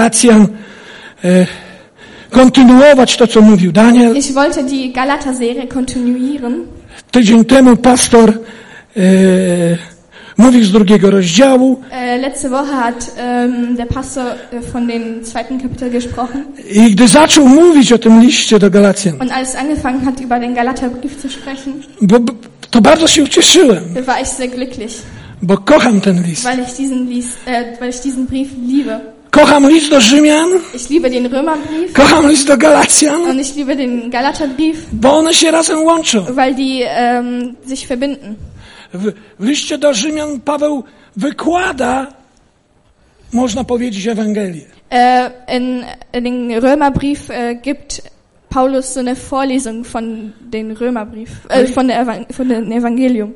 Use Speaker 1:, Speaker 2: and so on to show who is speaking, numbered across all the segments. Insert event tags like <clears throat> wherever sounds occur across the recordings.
Speaker 1: Galacjan e, kontynuować to, co mówił Daniel.
Speaker 2: Ich wollte die Galater-Serie kontinuieren.
Speaker 1: Tydzień temu pastor e, mówił z drugiego rozdziału
Speaker 2: Äh, letzte Woche hat ähm, der Pastor äh, von dem zweiten Kapitel gesprochen.
Speaker 1: i gdy zaczął mówić o tym liście do Galacjan,
Speaker 2: Und als er angefangen hat, über den Galaterbrief zu sprechen,
Speaker 1: bo, bo, to bardzo się ucieszyłem,
Speaker 2: war ich sehr glücklich,
Speaker 1: bo kocham ten list.
Speaker 2: weil ich diesen, lies, äh, weil ich diesen Brief liebe.
Speaker 1: Kocham list do Rzymian,
Speaker 2: Ich liebe den Römerbrief
Speaker 1: kocham list do Galacjan,
Speaker 2: und ich liebe den Galaterbrief,
Speaker 1: bo one się razem łączą.
Speaker 2: weil die ähm, sich verbinden.
Speaker 1: W, w liście do Rzymian Paweł wykłada, można powiedzieć, Ewangelię.
Speaker 2: Äh, in, in den Römerbrief äh, gibt Paulus so eine Vorlesung von den Römerbrief, äh, von, der Evan von dem Evangelium.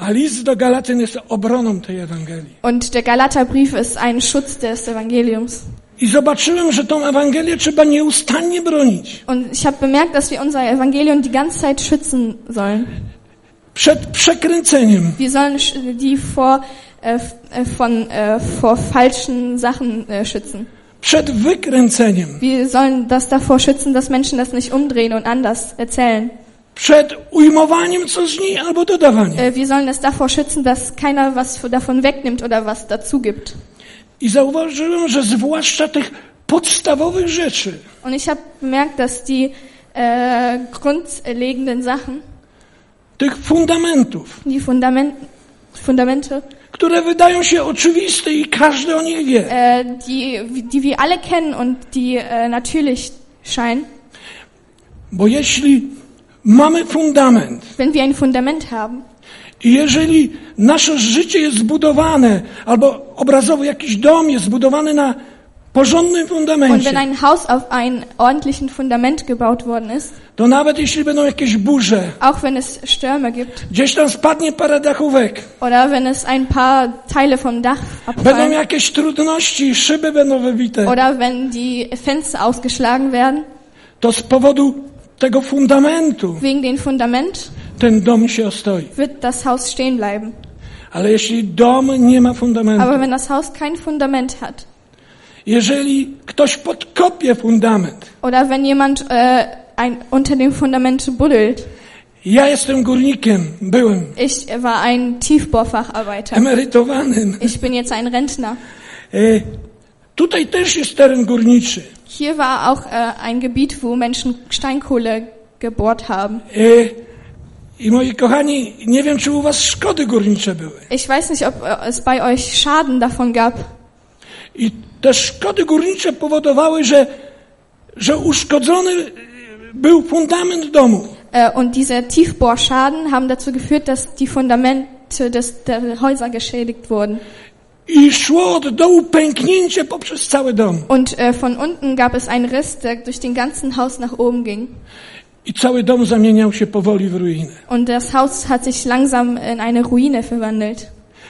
Speaker 1: A list do Galatyn jest obroną tej Ewangelii.
Speaker 2: Und der Galaterbrief ist ein Schutz des Evangeliums.
Speaker 1: I zobaczyłem, że tą Ewangelię trzeba nieustannie bronić.
Speaker 2: Und ich habe bemerkt, dass wir unser Evangelium die ganze Zeit schützen sollen.
Speaker 1: Przed przekręceniem,
Speaker 2: Wir sollen sch- die vor, äh, f- äh, von, äh, vor falschen Sachen äh, schützen.
Speaker 1: przed wykręceniem,
Speaker 2: Wir sollen das davor schützen, dass Menschen das nicht umdrehen und anders erzählen.
Speaker 1: przed ujmowaniem co z niej albo dodawaniem.
Speaker 2: Äh, wir sollen das davor schützen, dass keiner was f- davon wegnimmt oder was dazu gibt.
Speaker 1: I zauważyłem, że zwłaszcza tych podstawowych rzeczy,
Speaker 2: Und ich habe bemerkt, dass die äh, grundlegenden Sachen,
Speaker 1: tych fundamentów,
Speaker 2: die Fundament, Fundamente,
Speaker 1: które wydają się oczywiste i każdy o nich wie,
Speaker 2: äh, die, die wir alle kennen und die äh, natürlich scheinen.
Speaker 1: bo jeśli mamy fundament,
Speaker 2: Wenn wir ein Fundament haben
Speaker 1: I jeżeli nasze życie jest zbudowane, albo obrazowo jakiś dom jest zbudowany na porządnym
Speaker 2: und wenn
Speaker 1: fundamencie,
Speaker 2: ein Haus auf einem ordentlichen Fundament gebaut worden ist,
Speaker 1: to nawet jeśli będą jakieś burze,
Speaker 2: auch wenn es Stürme gibt
Speaker 1: gdzieś tam spadnie parę dachówek,
Speaker 2: oder wenn es ein paar Teile vom Dach
Speaker 1: będą
Speaker 2: abfallen
Speaker 1: jakieś trudności, szyby będą wybite,
Speaker 2: oder wenn die Fenster ausgeschlagen werden,
Speaker 1: to z powodu tego fundamentu
Speaker 2: wegen dem Fundament
Speaker 1: ten dom się ostoi.
Speaker 2: wird das Haus stehen bleiben.
Speaker 1: Ale jeśli dom nie ma
Speaker 2: Aber
Speaker 1: fundamentu,
Speaker 2: wenn das Haus kein Fundament hat
Speaker 1: jeżeli ktoś podkopie fundament,
Speaker 2: oder wenn jemand äh, ein, unter dem Fundament buddelt,
Speaker 1: ja jestem górnikiem, byłem
Speaker 2: ich war ein Tiefbohrfacharbeiter.
Speaker 1: emerytowanym,
Speaker 2: Ich bin jetzt ein Rentner.
Speaker 1: e, tutaj też jest teren górniczy.
Speaker 2: Hier war auch äh, ein Gebiet, wo Menschen Steinkohle gebohrt haben.
Speaker 1: E, I moi kochani, nie wiem, czy u was szkody górnicze były.
Speaker 2: Ich weiß nicht, ob äh, es bei euch Schaden davon gab.
Speaker 1: I te szkody górnicze powodowały, że, że uszkodzony e, był fundament domu.
Speaker 2: Äh, und diese Tiefbohrschaden haben dazu geführt, dass die Fundamente des, der Häuser geschädigt wurden.
Speaker 1: I szło od dołu pęknięcie poprzez cały dom.
Speaker 2: Und äh, von unten gab es einen Riss, der durch den ganzen Haus nach oben ging.
Speaker 1: I cały dom zamieniał się powoli w ruinę.
Speaker 2: Und das Haus hat sich langsam in eine Ruine verwandelt.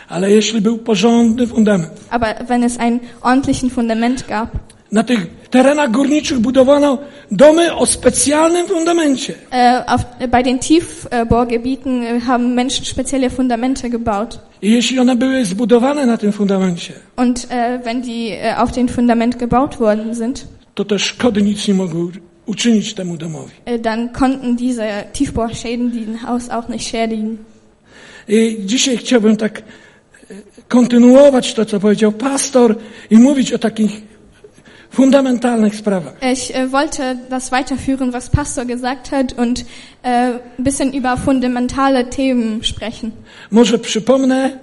Speaker 1: Ale jeśli był porządny fundament,
Speaker 2: Aber wenn es einen ordentlichen Fundament gab.
Speaker 1: na tych terenach górniczych budowano domy o specjalnym fundamencie.
Speaker 2: Äh, auf, äh, bei den Tiefbohrgebieten äh, haben Menschen spezielle Fundamente gebaut.
Speaker 1: I jeśli one były zbudowane na tym fundamencie,
Speaker 2: Und äh, wenn die äh, auf den Fundament gebaut worden sind,
Speaker 1: to te szkody nic nie mogły uczynić temu domowi.
Speaker 2: äh, dann konnten diese Tiefbohrschäden den Haus auch nicht schädigen.
Speaker 1: I dzisiaj chciałbym tak e, kontynuować to, co powiedział pastor i mówić o takich fundamentalnych sprawach.
Speaker 2: Ich äh, wollte das weiterführen, was Pastor gesagt hat, und äh, ein bisschen über fundamentale Themen sprechen.
Speaker 1: Może przypomnę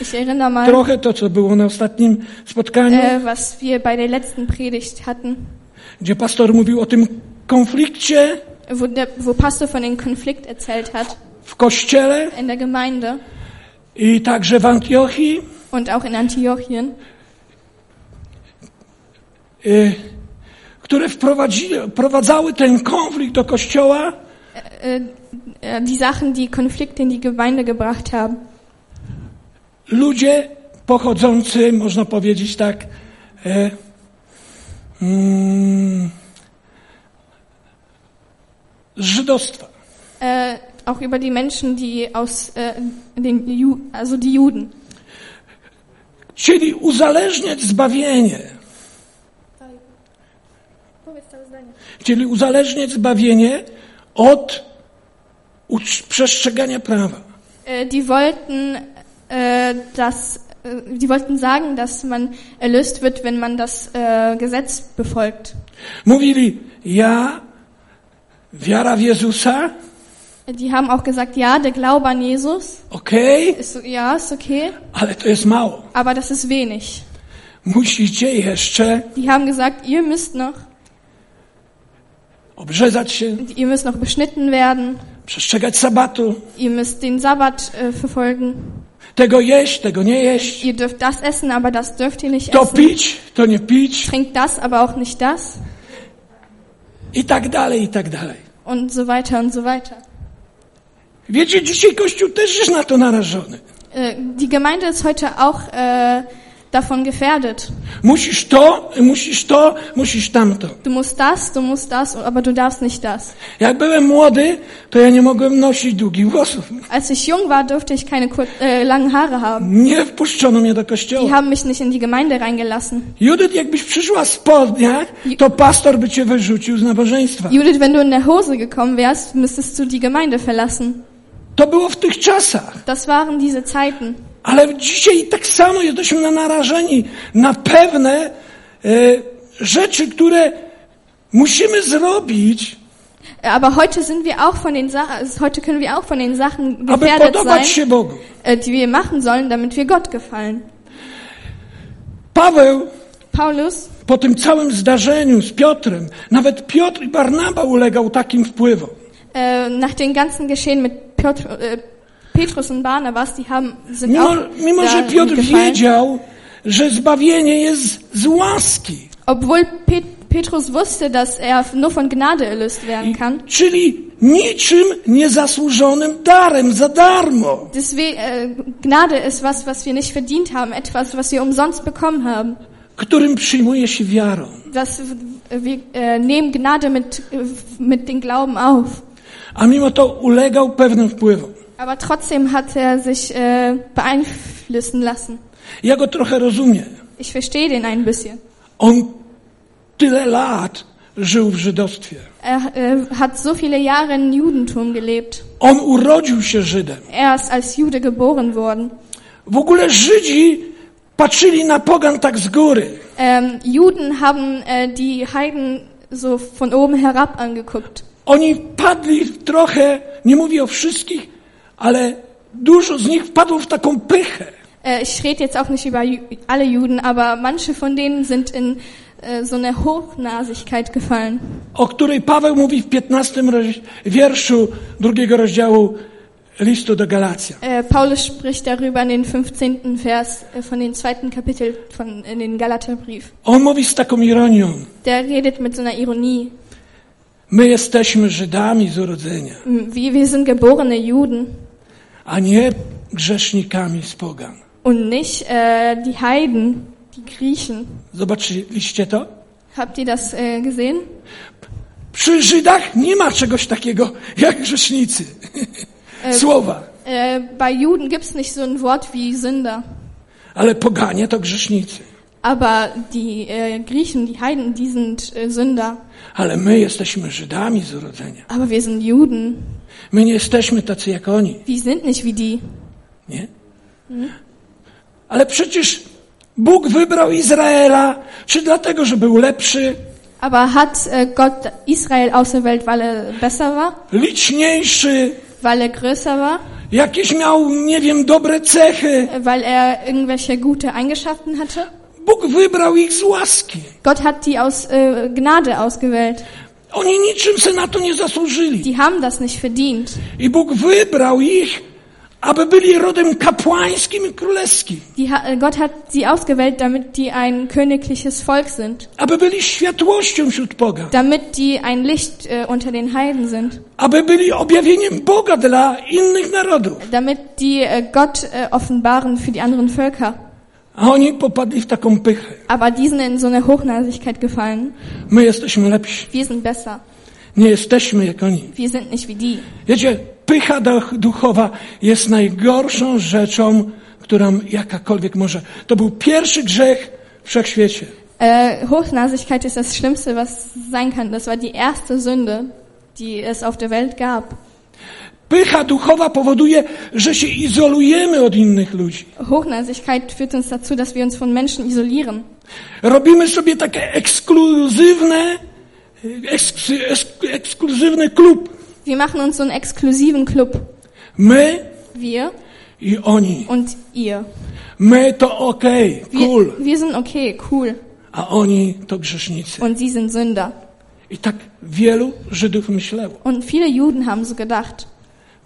Speaker 2: Ich erinnere mal,
Speaker 1: trochę to, co było na ostatnim spotkaniu,
Speaker 2: äh, was wir bei der letzten Predigt hatten,
Speaker 1: gdzie pastor mówił o tym konflikcie
Speaker 2: wo, der, wo Pastor von dem Konflikt erzählt hat
Speaker 1: w kościele
Speaker 2: in der Gemeinde
Speaker 1: i także w Antiochii.
Speaker 2: und auch in Antiochien.
Speaker 1: e, Które wprowadzi- wprowadzały ten konflikt do kościoła
Speaker 2: äh, äh, die Sachen, die Konflikte in die Gemeinde gebracht haben.
Speaker 1: ludzie pochodzący, można powiedzieć tak, e, mm, z żydostwa.
Speaker 2: Äh, auch über die Menschen, die aus äh, den Ju also die Juden.
Speaker 1: Chcieli uzależniać zbawienie
Speaker 2: Powiedz całe zdanie.
Speaker 1: Czyli uzależniać zbawienie od ucz- przestrzegania prawa.
Speaker 2: Äh, die wollten äh, das, äh, die wollten sagen, dass man erlöst wird, wenn man das äh, Gesetz befolgt.
Speaker 1: Mówili, ja, wiara w Jezusa,
Speaker 2: Die haben auch gesagt, ja, der Glaube an Jesus
Speaker 1: okej,
Speaker 2: ist so- ja, ist okay,
Speaker 1: ale to jest mało.
Speaker 2: aber das ist wenig.
Speaker 1: Musicie jeszcze
Speaker 2: Die haben gesagt, ihr müsst noch,
Speaker 1: obrzezać się,
Speaker 2: ihr müsst noch beschnitten werden,
Speaker 1: przestrzegać sabatu,
Speaker 2: ihr müsst den Sabbat äh, verfolgen,
Speaker 1: tego jeść, tego nie jeść,
Speaker 2: ihr dürft das essen, aber das dürft ihr nicht
Speaker 1: to
Speaker 2: essen.
Speaker 1: pić, to nie pić
Speaker 2: Trinkt das, aber auch nicht das
Speaker 1: i tak dalej, i tak dalej.
Speaker 2: und so weiter und so weiter.
Speaker 1: Wiecie, dzisiaj Kościół też jest na to narażony.
Speaker 2: Äh, die Gemeinde ist heute auch äh, davon gefährdet.
Speaker 1: Musisz to, musisz to, musisz tamto.
Speaker 2: Du musst das, du musst das, aber du darfst nicht das.
Speaker 1: Jak byłem młody, to ja nie mogłem nosić długich włosów.
Speaker 2: Als ich jung war, durfte ich keine kur äh, langen Haare haben.
Speaker 1: Nie wpuszczono mnie do
Speaker 2: Die
Speaker 1: kościoła.
Speaker 2: haben mich nicht in die Gemeinde reingelassen.
Speaker 1: Judith, jakbyś przyszła w spodniach, to pastor by cię wyrzucił z nabożeństwa.
Speaker 2: Judith, wenn du in der Hose gekommen wärst, müsstest du die Gemeinde verlassen.
Speaker 1: To było w tych czasach.
Speaker 2: Das waren diese Zeiten.
Speaker 1: Ale dzisiaj tak samo jesteśmy na narażeni na pewne e, rzeczy, które musimy zrobić,
Speaker 2: Äh, Aber heute sind wir auch von den Sa heute können wir auch von den Sachen
Speaker 1: aby
Speaker 2: gefährdet
Speaker 1: podobać
Speaker 2: sein,
Speaker 1: się Bogu.
Speaker 2: äh, die wir machen sollen, damit wir Gott gefallen.
Speaker 1: Paweł
Speaker 2: Paulus,
Speaker 1: po tym całym zdarzeniu z Piotrem, nawet Piotr i Barnaba ulegał takim wpływom.
Speaker 2: äh, nach den ganzen Geschehen mit Piotr, äh, Petrus und Barnabas, die haben sind
Speaker 1: Mimo,
Speaker 2: auch
Speaker 1: mimo że
Speaker 2: darin
Speaker 1: Piotr
Speaker 2: gefallen.
Speaker 1: wiedział, że zbawienie jest z łaski,
Speaker 2: Obwohl Pet Petrus wusste, dass er nur von Gnade erlöst werden kann.
Speaker 1: czyli niczym niezasłużonym darem, za darmo.
Speaker 2: Deswegen, äh, Gnade ist was, was wir nicht verdient haben, etwas, was wir umsonst bekommen haben.
Speaker 1: którym przyjmuje się wiarą.
Speaker 2: Das, wir äh, nehmen Gnade mit, äh, mit dem Glauben auf.
Speaker 1: A mimo to ulegał pewnym wpływom.
Speaker 2: Aber trotzdem hat er sich äh, beeinflussen lassen.
Speaker 1: Ja go trochę rozumiem.
Speaker 2: Ich verstehe den ein bisschen.
Speaker 1: On tyle lat żył w żydostwie.
Speaker 2: Er äh, hat so viele Jahre im Judentum gelebt.
Speaker 1: On urodził się Żydem.
Speaker 2: Er ist als Jude geboren worden.
Speaker 1: W ogóle Żydzi patrzyli na pogan tak z góry.
Speaker 2: Ähm, Juden haben äh, die Heiden so von oben herab angeguckt.
Speaker 1: Oni padli w trochę, nie mówię o wszystkich, ale dużo z nich wpadło w taką pychę.
Speaker 2: Äh, ich rede jetzt auch nicht über Ju alle Juden, aber manche von denen sind in äh, so eine Hochnasigkeit gefallen,
Speaker 1: o której Paweł mówi w 15 roz- wierszu drugiego rozdziału listu do Galacja.
Speaker 2: Äh, Paulus spricht darüber in den 15. Vers äh, von dem zweiten Kapitel von, in den Galaterbrief.
Speaker 1: On mówi z taką ironią.
Speaker 2: Der redet mit so einer Ironie.
Speaker 1: My jesteśmy Żydami z urodzenia,
Speaker 2: M, Hm, Wie, wir sind geborene Juden
Speaker 1: a nie grzesznikami z pogan.
Speaker 2: und nicht äh, die Heiden, die Griechen.
Speaker 1: Zobaczyliście to?
Speaker 2: Habt ihr das äh, gesehen?
Speaker 1: Przy Żydach nie ma czegoś takiego jak grzesznicy. Słowa.
Speaker 2: Äh, bei Juden gibt's nicht so ein Wort wie Sünder.
Speaker 1: Ale poganie to grzesznicy.
Speaker 2: Aber die äh, Griechen, die Heiden, die sind äh, Sünder.
Speaker 1: Ale my jesteśmy Żydami z urodzenia.
Speaker 2: Aber wir sind Juden.
Speaker 1: My nie jesteśmy tacy jak oni.
Speaker 2: Wir sind nicht wie die.
Speaker 1: Nie? Ale przecież Bóg wybrał Izraela, czy dlatego, że był lepszy,
Speaker 2: Aber hat äh, Gott Israel auserwählt, weil er besser war?
Speaker 1: liczniejszy,
Speaker 2: Weil er größer war?
Speaker 1: jakieś miał, nie wiem, dobre cechy.
Speaker 2: Äh, Weil er irgendwelche gute Eigenschaften hatte?
Speaker 1: Bóg wybrał ich z łaski.
Speaker 2: Gott hat die aus äh, Gnade ausgewählt.
Speaker 1: Oni niczym se na to nie zasłużyli.
Speaker 2: Die haben das nicht verdient.
Speaker 1: I Bóg wybrał ich, aby byli rodem kapłańskim i królewskim,
Speaker 2: Die, ha- äh, Gott hat sie ausgewählt, damit die ein königliches Volk sind.
Speaker 1: aby byli światłością wśród Boga,
Speaker 2: Damit die ein Licht äh, unter den Heiden sind.
Speaker 1: aby byli objawieniem Boga dla innych narodów.
Speaker 2: Damit die äh, Gott äh, offenbaren für die anderen Völker.
Speaker 1: A oni popadli w taką pychę.
Speaker 2: Aber die sind in so eine Hochnasigkeit gefallen.
Speaker 1: My jesteśmy lepsi.
Speaker 2: Wir sind besser.
Speaker 1: Nie jesteśmy jak oni.
Speaker 2: Wir sind nicht wie die.
Speaker 1: Wiecie, pycha duch- duchowa jest najgorszą rzeczą, którą jakakolwiek może. To był pierwszy grzech w wszechświecie.
Speaker 2: Äh, Hochnäsigkeit ist das Schlimmste, was sein kann. Das war die erste Sünde, die es auf der Welt gab.
Speaker 1: Pycha duchowa powoduje, że się izolujemy od innych ludzi.
Speaker 2: Hochnäsigkeit führt uns dazu, dass wir uns von Menschen isolieren.
Speaker 1: Robimy sobie takie ekskluzywne, eks, eks, ekskluzywny klub.
Speaker 2: Wir machen uns so einen exklusiven Club.
Speaker 1: My
Speaker 2: Wir
Speaker 1: i oni.
Speaker 2: und ihr.
Speaker 1: My to okej,
Speaker 2: Wir,
Speaker 1: cool.
Speaker 2: wir sind okay, cool.
Speaker 1: A oni to grzesznicy.
Speaker 2: Und sie sind Sünder.
Speaker 1: I tak wielu Żydów myślało.
Speaker 2: Und viele Juden haben so gedacht.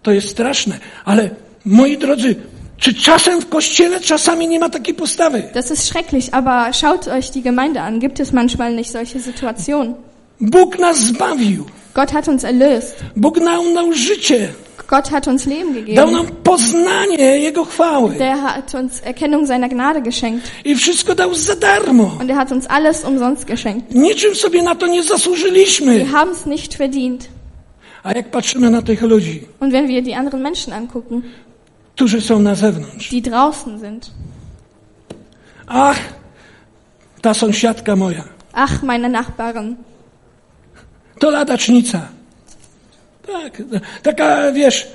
Speaker 1: To jest straszne, ale moi drodzy, czy czasem w kościele czasami nie ma takiej postawy?
Speaker 2: Das ist schrecklich, aber schaut euch die Gemeinde an. Gibt es manchmal nicht solche Situationen?
Speaker 1: Bóg nas zbawił.
Speaker 2: Gott hat uns erlöst.
Speaker 1: Bóg dał nam życie.
Speaker 2: Gott hat uns Leben
Speaker 1: Dał
Speaker 2: gegeben.
Speaker 1: nam poznanie Jego chwały.
Speaker 2: Der hat uns Erkennung seiner Gnade geschenkt.
Speaker 1: I wszystko dał za darmo.
Speaker 2: Und er hat uns alles umsonst geschenkt.
Speaker 1: Niczym sobie na to nie zasłużyliśmy.
Speaker 2: Wir haben es nicht verdient.
Speaker 1: A jak patrzymy na tych ludzi,
Speaker 2: Und wenn wir die anderen Menschen angucken,
Speaker 1: którzy są na zewnątrz.
Speaker 2: die draußen sind.
Speaker 1: Ach, ta sąsiadka moja.
Speaker 2: Ach, meine Nachbarin.
Speaker 1: To ladacznica. Tak, taka, wiesz,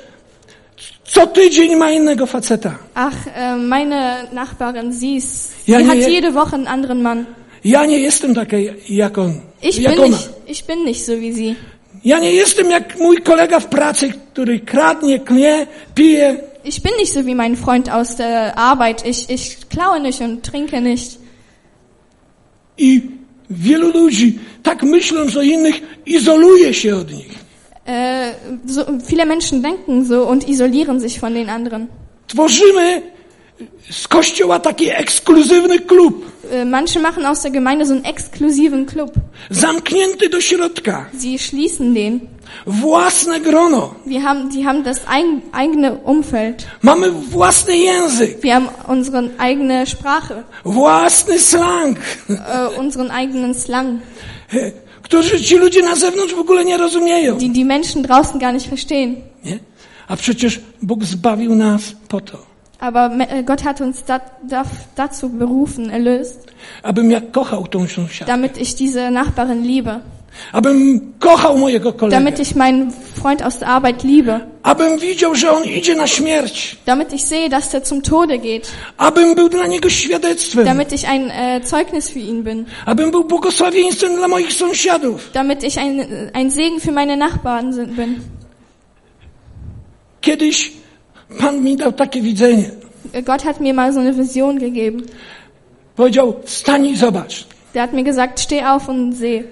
Speaker 1: co tydzień ma innego faceta.
Speaker 2: Ach, äh, meine Nachbarin, sie ist,
Speaker 1: Ja,
Speaker 2: sie
Speaker 1: nee,
Speaker 2: hat
Speaker 1: ja.
Speaker 2: jede Woche einen anderen Mann.
Speaker 1: Ja nie jestem taki jak on,
Speaker 2: Ich
Speaker 1: jak
Speaker 2: bin
Speaker 1: ona.
Speaker 2: nicht, ich bin nicht so wie sie.
Speaker 1: Ja nie jestem jak mój kolega w pracy, który kradnie, klnie, pije.
Speaker 2: Ich bin nicht so wie mein Freund aus der Arbeit. Ich, ich klaue nicht und trinke nicht.
Speaker 1: I wielu ludzi, tak myśląc o innych, izoluje się od nich.
Speaker 2: Äh, so, viele Menschen denken so und isolieren sich von den anderen.
Speaker 1: Tworzymy z kościoła taki ekskluzywny klub,
Speaker 2: Äh, manche machen aus der Gemeinde so einen exklusiven Club.
Speaker 1: zamknięty do środka,
Speaker 2: Sie schließen den.
Speaker 1: własne grono.
Speaker 2: Wir haben, die haben das eig eigene Umfeld.
Speaker 1: Mamy własny język.
Speaker 2: Wir haben unsere eigene Sprache,
Speaker 1: Własny slang,
Speaker 2: äh, unseren eigenen Slang,
Speaker 1: który ci ludzie na zewnątrz w ogóle nie rozumieją.
Speaker 2: die die Menschen draußen gar nicht verstehen.
Speaker 1: Nie? A przecież Bóg zbawił nas po to,
Speaker 2: Aber me- äh, Gott hat uns dat, daf- dazu berufen, erlöst,
Speaker 1: abym ja kochał tą sąsiadkę,
Speaker 2: damit ich diese Nachbarin liebe,
Speaker 1: abym kochał mojego kolegę,
Speaker 2: damit ich meinen Freund aus der Arbeit liebe,
Speaker 1: abym widział, że on idzie na śmierć,
Speaker 2: damit ich sehe, dass er zum Tode geht,
Speaker 1: abym był dla niego świadectwem,
Speaker 2: damit ich ein äh, Zeugnis für ihn bin,
Speaker 1: abym był błogosławieństwem dla moich sąsiadów.
Speaker 2: damit ich ein, äh, ein Segen für meine Nachbarn sind, bin.
Speaker 1: Kiedyś Pan mi dał takie widzenie.
Speaker 2: Äh, Gott hat mir mal so eine Vision gegeben.
Speaker 1: Powiedział, wstań i zobacz.
Speaker 2: Der hat mir gesagt, steh auf und seh.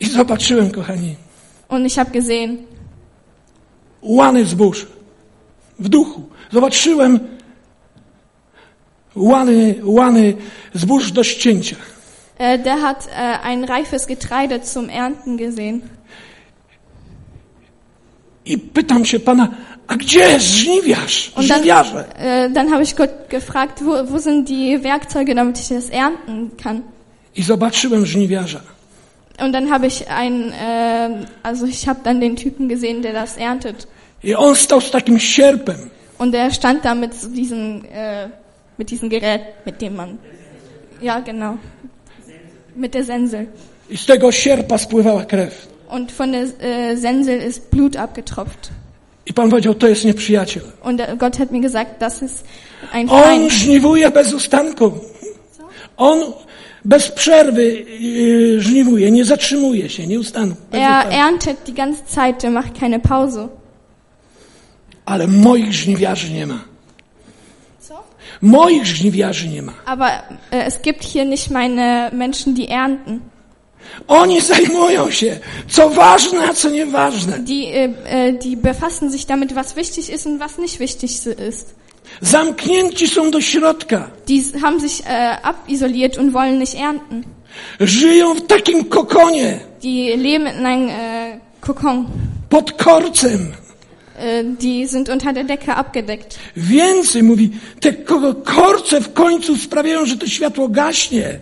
Speaker 1: I zobaczyłem, kochani,
Speaker 2: Und ich habe gesehen,
Speaker 1: łany zbóż w duchu. Zobaczyłem łany, łany zbóż do ścięcia.
Speaker 2: äh, der hat äh, ein reifes Getreide zum Ernten gesehen.
Speaker 1: I pytam się pana, a gdzie jest żniwiarz?
Speaker 2: Und dann,
Speaker 1: Żniwiarze.
Speaker 2: äh, dann habe ich Gott gefragt, wo, wo sind die Werkzeuge, damit ich das ernten kann.
Speaker 1: I zobaczyłem żniwiarza.
Speaker 2: Und dann habe ich einen, äh, also ich habe dann den Typen gesehen, der das erntet.
Speaker 1: I on stał z takim sierpem.
Speaker 2: Und der stand da mit so diesem, äh, mit diesem Gerät, mit dem man, ja genau, mit der Sensel.
Speaker 1: I z tego sierpa spływała krew.
Speaker 2: Und von der äh, Sensel ist Blut abgetropft.
Speaker 1: I pan powiedział, to jest nieprzyjaciel.
Speaker 2: Und äh, Gott hat mir gesagt, das ist ein
Speaker 1: On
Speaker 2: Feind.
Speaker 1: żniwuje bez ustanku. On bez przerwy yy, żniwuje, nie zatrzymuje się, nie ustanku. bez
Speaker 2: Er
Speaker 1: ustanku.
Speaker 2: erntet die ganze Zeit, der macht keine Pause.
Speaker 1: Ale moich żniwiarzy nie ma. Moich żniwiarzy nie ma.
Speaker 2: Aber äh, es gibt hier nicht meine Menschen, die ernten.
Speaker 1: Oni zajmują się, co ważne, a co nieważne.
Speaker 2: Die, äh, äh, die befassen sich damit, was wichtig ist und was nicht wichtig so ist.
Speaker 1: Zamknięci są do środka.
Speaker 2: Die s- haben sich äh, abisoliert und wollen nicht ernten.
Speaker 1: Żyją w takim kokonie,
Speaker 2: Die leben in einem äh, Kokon.
Speaker 1: pod korcem.
Speaker 2: Äh, die sind unter der Decke abgedeckt.
Speaker 1: Więcej, mówi, te ko- korce w końcu sprawiają, że to światło gaśnie.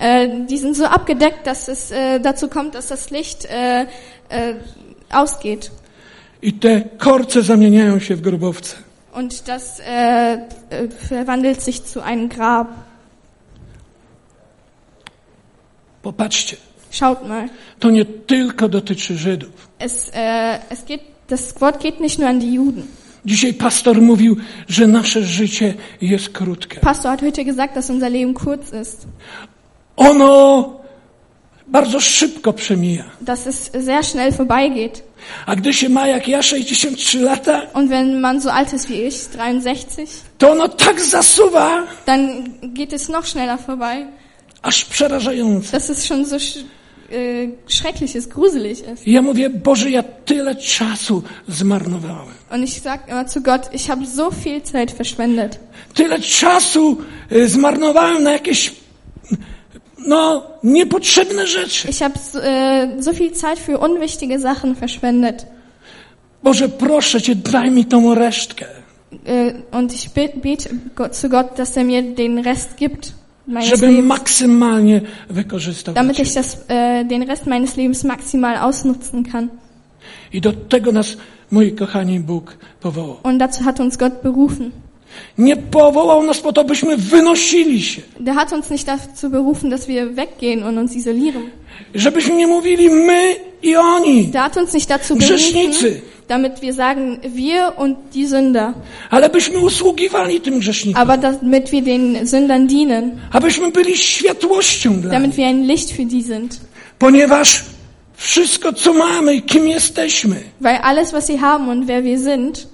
Speaker 2: Äh, die sind so abgedeckt, dass es äh, dazu kommt, dass das Licht äh, äh, ausgeht.
Speaker 1: I te korce zamieniają się w grobowce.
Speaker 2: Und das äh, äh, verwandelt sich zu einem Grab.
Speaker 1: Popatrzcie,
Speaker 2: Schaut mal.
Speaker 1: to nie tylko dotyczy Żydów.
Speaker 2: Es, äh, es geht, das Wort geht nicht nur an die Juden.
Speaker 1: Dzisiaj pastor mówił, że nasze życie jest krótkie.
Speaker 2: Pastor hat heute gesagt, dass unser Leben kurz ist.
Speaker 1: Ono bardzo szybko przemija.
Speaker 2: Dass es sehr schnell vorbeigeht.
Speaker 1: A gdy się ma jak ja 63 lata,
Speaker 2: Und wenn man so alt ist wie ich, 63,
Speaker 1: to ono tak zasuwa,
Speaker 2: dann geht es noch schneller vorbei.
Speaker 1: aż przerażające.
Speaker 2: Dass es schon so sch äh, schrecklich ist, gruselig ist.
Speaker 1: I Ja mówię, Boże, ja tyle czasu zmarnowałem.
Speaker 2: Und ich sag immer zu Gott, ich habe so viel Zeit verschwendet.
Speaker 1: Tyle czasu y, zmarnowałem na jakieś, no, niepotrzebne rzeczy.
Speaker 2: Ich habe so, äh, so viel Zeit für unwichtige Sachen verschwendet.
Speaker 1: Boże, proszę Cię, daj mi tą resztkę,
Speaker 2: Äh, und ich bete, bete Gott, zu Gott, dass er mir den Rest gibt meines
Speaker 1: żebym
Speaker 2: Lebens,
Speaker 1: maksymalnie wykorzystał.
Speaker 2: damit
Speaker 1: Cię.
Speaker 2: ich das, äh, den Rest meines Lebens maximal ausnutzen kann.
Speaker 1: I do tego nas, moi kochani, Bóg powołał.
Speaker 2: Und dazu hat uns Gott berufen.
Speaker 1: Nie powołał nas po to, byśmy wynosili się.
Speaker 2: Der hat uns nicht dazu berufen, dass wir weggehen und uns isolieren.
Speaker 1: Żebyśmy nie mówili my i oni,
Speaker 2: Der hat uns nicht dazu
Speaker 1: Grzesznicy.
Speaker 2: berufen, damit wir sagen, wir und die Sünder.
Speaker 1: ale byśmy usługiwali tym grzesznikom,
Speaker 2: Aber damit wir den Sündern dienen,
Speaker 1: abyśmy byli światłością dla nich.
Speaker 2: damit wir ein Licht für die sind.
Speaker 1: Ponieważ wszystko, co mamy i kim jesteśmy,
Speaker 2: Weil alles, was sie haben und wer wir sind,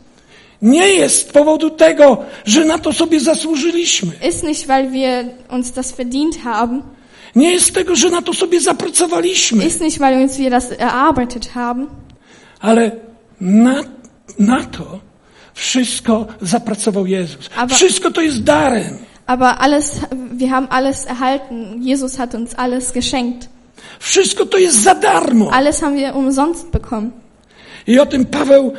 Speaker 1: nie jest z powodu tego, że na to sobie zasłużyliśmy.
Speaker 2: ist nicht, weil wir uns das verdient haben,
Speaker 1: Nie jest z tego, że na to sobie zapracowaliśmy,
Speaker 2: ist nicht, weil uns wir das erarbeitet haben,
Speaker 1: ale na, na to wszystko zapracował Jezus.
Speaker 2: Aber-
Speaker 1: Wszystko to jest darem.
Speaker 2: aber alles, wir haben alles erhalten. Jesus hat uns alles geschenkt.
Speaker 1: Wszystko to jest za darmo.
Speaker 2: Alles haben wir umsonst bekommen.
Speaker 1: I o tym Paweł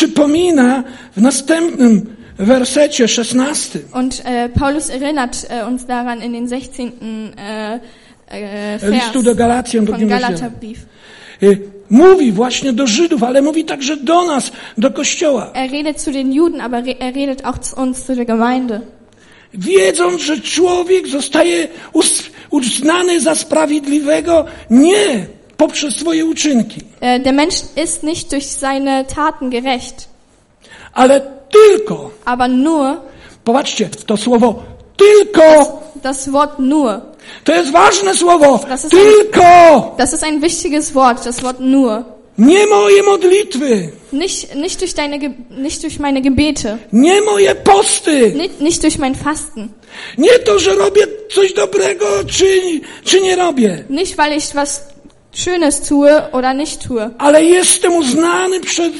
Speaker 1: przypomina w następnym wersecie 16.
Speaker 2: Und äh, Paulus erinnert äh, uns daran in den 16. Äh, äh, Vers
Speaker 1: Listu do Galacjan,
Speaker 2: von
Speaker 1: drugim rozdziale.
Speaker 2: Galaterbrief.
Speaker 1: Y, Mówi właśnie do Żydów, ale mówi także do nas, do Kościoła.
Speaker 2: Er redet zu den Juden, aber re er redet auch zu uns, zu der Gemeinde.
Speaker 1: Wiedząc, że człowiek zostaje us- uznany za sprawiedliwego nie poprzez swoje uczynki,
Speaker 2: Äh, der Mensch ist nicht durch seine Taten gerecht,
Speaker 1: ale tylko,
Speaker 2: aber nur,
Speaker 1: popatrzcie, to słowo tylko,
Speaker 2: das Wort nur,
Speaker 1: to jest ważne słowo,
Speaker 2: Das ist-
Speaker 1: tylko,
Speaker 2: das ist ein wichtiges Wort, das Wort nur.
Speaker 1: nie moje modlitwy,
Speaker 2: Nicht, nicht, durch deine, Ge- nicht durch meine Gebete,
Speaker 1: nie moje posty,
Speaker 2: nicht, nicht durch mein Fasten,
Speaker 1: Nie to, że robię coś dobrego, czy, czy nie robię,
Speaker 2: nicht weil ich was Schönes tue oder nicht tue,
Speaker 1: ale jestem uznany przez,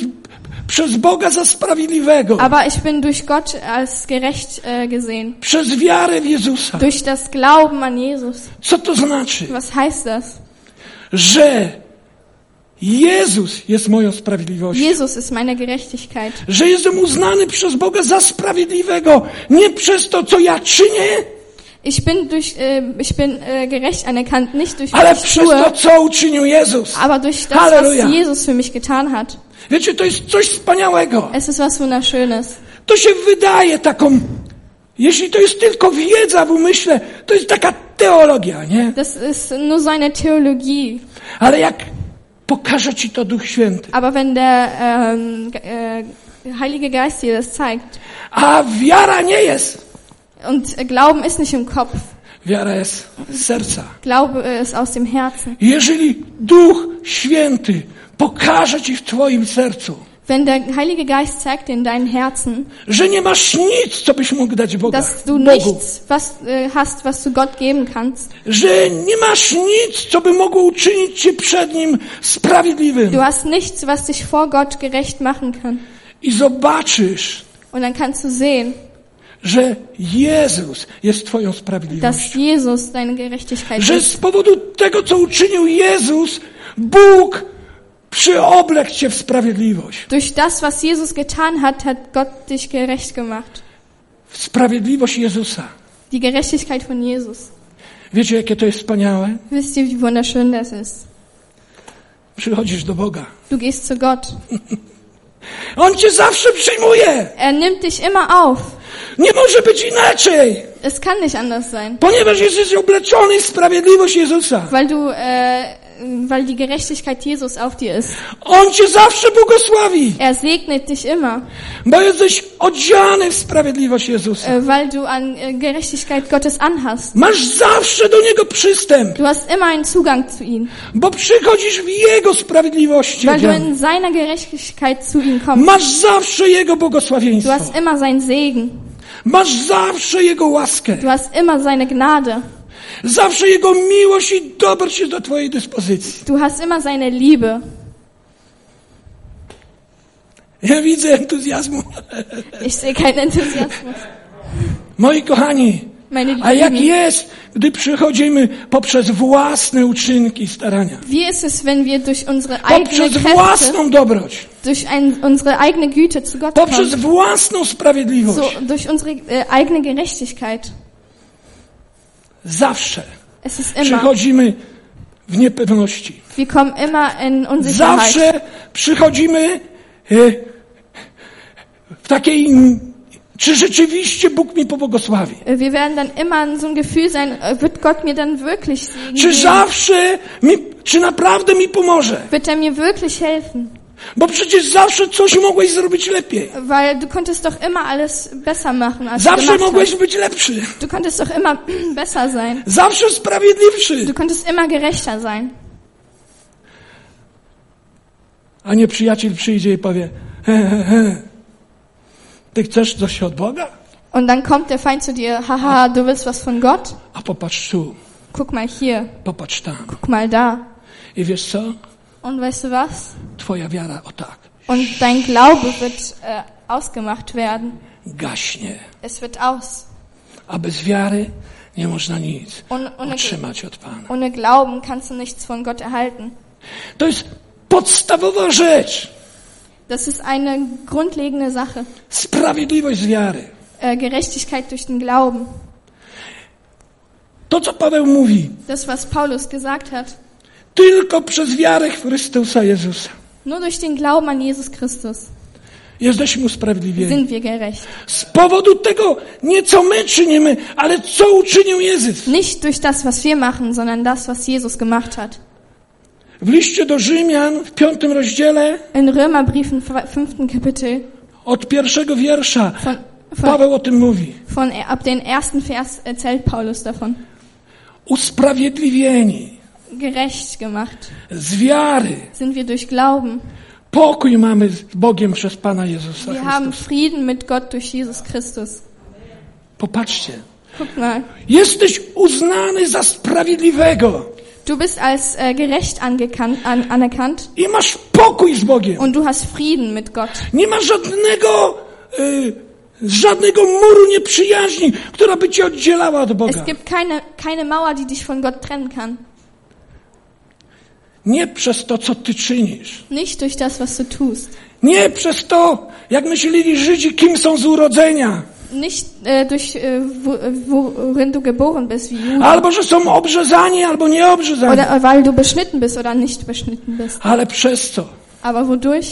Speaker 1: przez Boga za sprawiedliwego,
Speaker 2: aber ich bin durch Gott als gerecht äh, gesehen.
Speaker 1: przez wiarę w Jezusa.
Speaker 2: Durch das Glauben an Jesus.
Speaker 1: Co to znaczy?
Speaker 2: Was heißt das?
Speaker 1: Że Jezus jest moją sprawiedliwością.
Speaker 2: Jesus ist meine Gerechtigkeit.
Speaker 1: Że jestem uznany przez Boga za sprawiedliwego, nie przez to, co ja czynię,
Speaker 2: Ich bin durch, äh, ich bin äh, gerecht anerkannt, nicht durch
Speaker 1: ale
Speaker 2: was ich
Speaker 1: przez to,
Speaker 2: tue,
Speaker 1: co uczynił Jezus.
Speaker 2: aber durch das,
Speaker 1: Halleluja.
Speaker 2: was Jesus für mich getan hat.
Speaker 1: Wiecie, to jest coś wspaniałego.
Speaker 2: Es ist was Wunderschönes.
Speaker 1: To się wydaje taką, jeśli to jest tylko wiedza w umyśle, to jest taka teologia, nie?
Speaker 2: Das ist nur so eine Theologie.
Speaker 1: Ale jak pokaże ci to Duch Święty,
Speaker 2: Aber wenn der ähm, Ge- äh, Heilige Geist dir das zeigt
Speaker 1: a wiara nie jest,
Speaker 2: und äh, Glauben ist nicht im Kopf,
Speaker 1: wiara jest z serca.
Speaker 2: Glaube äh, ist aus dem Herzen.
Speaker 1: Jeżeli Duch Święty pokaże ci w twoim sercu,
Speaker 2: Wenn der Heilige Geist zeigt dir in deinem Herzen,
Speaker 1: że nie masz nic, co byś mógł dać Boga,
Speaker 2: dass du
Speaker 1: Bogu,
Speaker 2: nichts was äh, hast, was du Gott geben kannst,
Speaker 1: że nie masz nic, co by mogło uczynić cię przed Nim sprawiedliwym
Speaker 2: du hast nichts, was dich vor Gott gerecht machen kann.
Speaker 1: i zobaczysz,
Speaker 2: Und dann kannst du sehen,
Speaker 1: że Jezus jest twoją sprawiedliwością.
Speaker 2: dass Jesus deine Gerechtigkeit
Speaker 1: że
Speaker 2: ist.
Speaker 1: z powodu tego, co uczynił Jezus, Bóg przyoblekł cię w sprawiedliwość.
Speaker 2: Durch das, was Jesus getan hat, hat Gott dich gerecht gemacht.
Speaker 1: W sprawiedliwość Jezusa.
Speaker 2: Die Gerechtigkeit von Jesus.
Speaker 1: Wiecie, jakie to jest wspaniałe?
Speaker 2: Wisst ihr, wie wunderschön das ist?
Speaker 1: Przychodzisz do Boga.
Speaker 2: Du gehst zu Gott.
Speaker 1: On cię zawsze przyjmuje.
Speaker 2: Er nimmt dich immer auf.
Speaker 1: Nie może być inaczej,
Speaker 2: Es kann nicht anders sein,
Speaker 1: ponieważ jesteś obleczony w sprawiedliwość Jezusa.
Speaker 2: weil du, äh, weil die Gerechtigkeit Jesus auf dir ist.
Speaker 1: On cię zawsze błogosławi,
Speaker 2: Er segnet dich immer,
Speaker 1: bo jesteś odziany w sprawiedliwość Jezusa.
Speaker 2: äh, weil du an äh, Gerechtigkeit Gottes anhast.
Speaker 1: Masz zawsze do Niego przystęp,
Speaker 2: Du hast immer einen Zugang zu ihm,
Speaker 1: bo przychodzisz w Jego sprawiedliwości.
Speaker 2: weil du
Speaker 1: odziany.
Speaker 2: in seiner Gerechtigkeit zu ihm kommst.
Speaker 1: Masz zawsze Jego
Speaker 2: Du
Speaker 1: błogosławieństwo.
Speaker 2: hast immer seinen Segen,
Speaker 1: Masz zawsze Jego łaskę.
Speaker 2: du hast immer seine Gnade,
Speaker 1: Zawsze Jego miłość i dobroć jest do Twojej dyspozycji.
Speaker 2: du hast immer seine Liebe.
Speaker 1: Ja widzę entuzjazmu.
Speaker 2: Ich sehe keinen Enthusiasmus.
Speaker 1: Moi kochani,
Speaker 2: Meine
Speaker 1: a jak
Speaker 2: Lieben,
Speaker 1: jest, gdy przychodzimy poprzez własne uczynki i starania?
Speaker 2: wie ist es, wenn wir durch unsere eigene
Speaker 1: Poprzez
Speaker 2: Kräfte,
Speaker 1: własną dobroć,
Speaker 2: durch ein, unsere eigene Güte zu Gott
Speaker 1: poprzez
Speaker 2: kommen?
Speaker 1: własną
Speaker 2: So,
Speaker 1: sprawiedliwość.
Speaker 2: durch unsere äh, eigene Gerechtigkeit.
Speaker 1: Zawsze
Speaker 2: Es ist immer.
Speaker 1: przychodzimy w niepewności.
Speaker 2: Wir kommen immer in Unsicherheit.
Speaker 1: Zawsze przychodzimy e, w takiej, mm, czy rzeczywiście Bóg mi pobłogosławi?
Speaker 2: Äh, Wir werden dann immer in so einem Gefühl sein, äh, wird Gott mir dann wirklich segnen?
Speaker 1: Czy zawsze mi, czy naprawdę mi pomoże?
Speaker 2: Wird er mir wirklich helfen?
Speaker 1: Bo przecież zawsze coś mogłeś zrobić lepiej.
Speaker 2: Weil du konntest doch immer alles besser machen, als du
Speaker 1: Zawsze
Speaker 2: gemacht
Speaker 1: mogłeś
Speaker 2: hast.
Speaker 1: być lepszy.
Speaker 2: Du konntest doch immer <clears throat> besser sein.
Speaker 1: Zawsze
Speaker 2: Du
Speaker 1: sprawiedliwszy.
Speaker 2: konntest immer gerechter sein.
Speaker 1: A nieprzyjaciel przyjdzie i powie, he, he, he. ty chcesz coś od Boga?
Speaker 2: Und dann kommt der Feind zu dir, haha, du willst was von Gott?
Speaker 1: A popatrz tu,
Speaker 2: Guck mal hier,
Speaker 1: popatrz tam.
Speaker 2: guck mal da.
Speaker 1: I wiesz co?
Speaker 2: Und weißt du was?
Speaker 1: Twoja wiara, o tak,
Speaker 2: Und dein Glaube wird äh, ausgemacht werden.
Speaker 1: gaśnie.
Speaker 2: Es wird aus.
Speaker 1: A bez wiary nie można nic
Speaker 2: Und ohne,
Speaker 1: otrzymać od Pana.
Speaker 2: ohne Glauben kannst du nichts von Gott erhalten.
Speaker 1: To jest podstawowa rzecz.
Speaker 2: Das ist eine grundlegende Sache.
Speaker 1: Sprawiedliwość z wiary.
Speaker 2: Äh, Gerechtigkeit durch den Glauben.
Speaker 1: To, co Paweł mówi,
Speaker 2: Das, was Paulus gesagt hat.
Speaker 1: tylko przez wiarę w Chrystusa Jezusa.
Speaker 2: Nur durch den Glauben an Jesus Christus
Speaker 1: Jesteśmy usprawiedliwieni.
Speaker 2: sind wir gerecht.
Speaker 1: Z powodu tego nie co my czynimy, ale co uczynił Jezus.
Speaker 2: Nicht durch das, was wir machen, sondern das, was Jesus gemacht hat.
Speaker 1: W liście do Rzymian w piątym rozdziale
Speaker 2: In Römerbriefen, fünften Kapitel,
Speaker 1: od pierwszego wiersza
Speaker 2: von, von,
Speaker 1: Paweł o tym mówi.
Speaker 2: von, ab den ersten Vers erzählt Paulus davon.
Speaker 1: Usprawiedliwieni
Speaker 2: Gerecht gemacht
Speaker 1: z wiary.
Speaker 2: sind wir durch Glauben.
Speaker 1: Pokój mamy z Bogiem przez Pana Jezusa
Speaker 2: Wir haben
Speaker 1: Chrystusa.
Speaker 2: Frieden mit Gott durch Jesus Christus.
Speaker 1: Popatrzcie.
Speaker 2: Guck mal,
Speaker 1: Jesteś uznany za sprawiedliwego
Speaker 2: du bist als äh, gerecht angekannt, an, anerkannt
Speaker 1: i masz pokój z Bogiem.
Speaker 2: und du hast Frieden mit Gott.
Speaker 1: Nie ma żadnego, y, żadnego muru nieprzyjaźni, która by cię oddzielała od Boga.
Speaker 2: Es gibt keine, keine Mauer, die dich von Gott trennen kann.
Speaker 1: Nie przez to, co ty czynisz.
Speaker 2: Nicht durch das, was du tust.
Speaker 1: Nie przez to, jak myśleli Żydzi, kim są z urodzenia.
Speaker 2: Nicht äh, durch, äh, wo, äh, worin du geboren bist, wie Juden.
Speaker 1: Albo, że są obrzezani, albo nieobrzezani.
Speaker 2: Oder äh, weil du beschnitten bist oder nicht beschnitten bist.
Speaker 1: Ale przez co?
Speaker 2: Aber wodurch?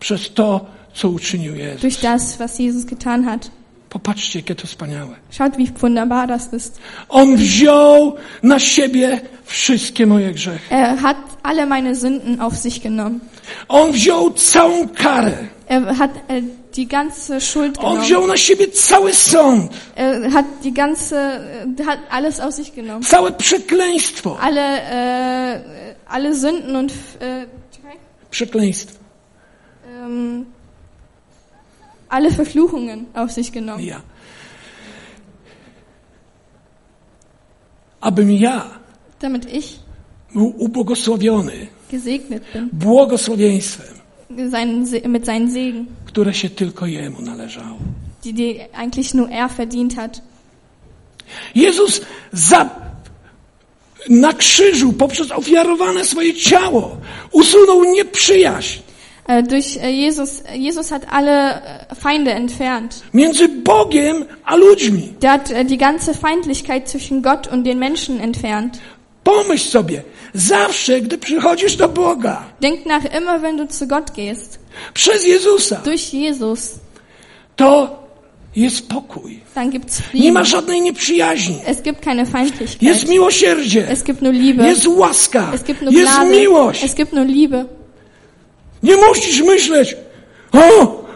Speaker 1: Przez to, co uczynił Jezus.
Speaker 2: Durch das, was Jesus getan hat.
Speaker 1: Popatrzcie, jakie to wspaniałe.
Speaker 2: Schaut, wie wunderbar das ist.
Speaker 1: On wziął na siebie wszystkie moje grzechy.
Speaker 2: Er hat alle meine Sünden auf sich genommen.
Speaker 1: On wziął całą karę.
Speaker 2: Er hat äh, die ganze Schuld
Speaker 1: On
Speaker 2: genommen.
Speaker 1: wziął na siebie cały sąd,
Speaker 2: Er hat die ganze, äh, hat alles auf sich genommen.
Speaker 1: całe przekleństwo.
Speaker 2: Alle, äh, äh, alle Sünden und äh,
Speaker 1: Przekleństwo.
Speaker 2: ähm, alle Verfluchungen auf sich genommen.
Speaker 1: Ja. Abym ja
Speaker 2: damit ich
Speaker 1: był ubłogosławiony
Speaker 2: gesegnet bin
Speaker 1: błogosławieństwem,
Speaker 2: seinen, Se- mit seinen Segen,
Speaker 1: które się tylko Jemu należało.
Speaker 2: die, die eigentlich nur er verdient hat.
Speaker 1: Jezus za, na krzyżu poprzez ofiarowane swoje ciało usunął nieprzyjaźń
Speaker 2: Äh, durch äh, Jesus, äh, Jesus hat alle äh, Feinde entfernt.
Speaker 1: między Bogiem a ludźmi.
Speaker 2: Der hat äh, die ganze Feindlichkeit zwischen Gott und den Menschen entfernt.
Speaker 1: Pomyśl sobie, zawsze gdy przychodzisz do Boga
Speaker 2: Denk nach immer, wenn du zu Gott gehst,
Speaker 1: przez Jezusa,
Speaker 2: durch Jesus,
Speaker 1: to Jest pokój.
Speaker 2: Dann gibt's
Speaker 1: Nie
Speaker 2: Frieden.
Speaker 1: ma żadnej nieprzyjaźni.
Speaker 2: Es gibt keine
Speaker 1: Jest
Speaker 2: Feindlichkeit.
Speaker 1: miłosierdzie.
Speaker 2: Es gibt nur Liebe.
Speaker 1: Jest łaska.
Speaker 2: Es gibt nur
Speaker 1: Jest
Speaker 2: Gnade.
Speaker 1: miłość.
Speaker 2: Es gibt nur Liebe.
Speaker 1: Nie musisz myśleć, o,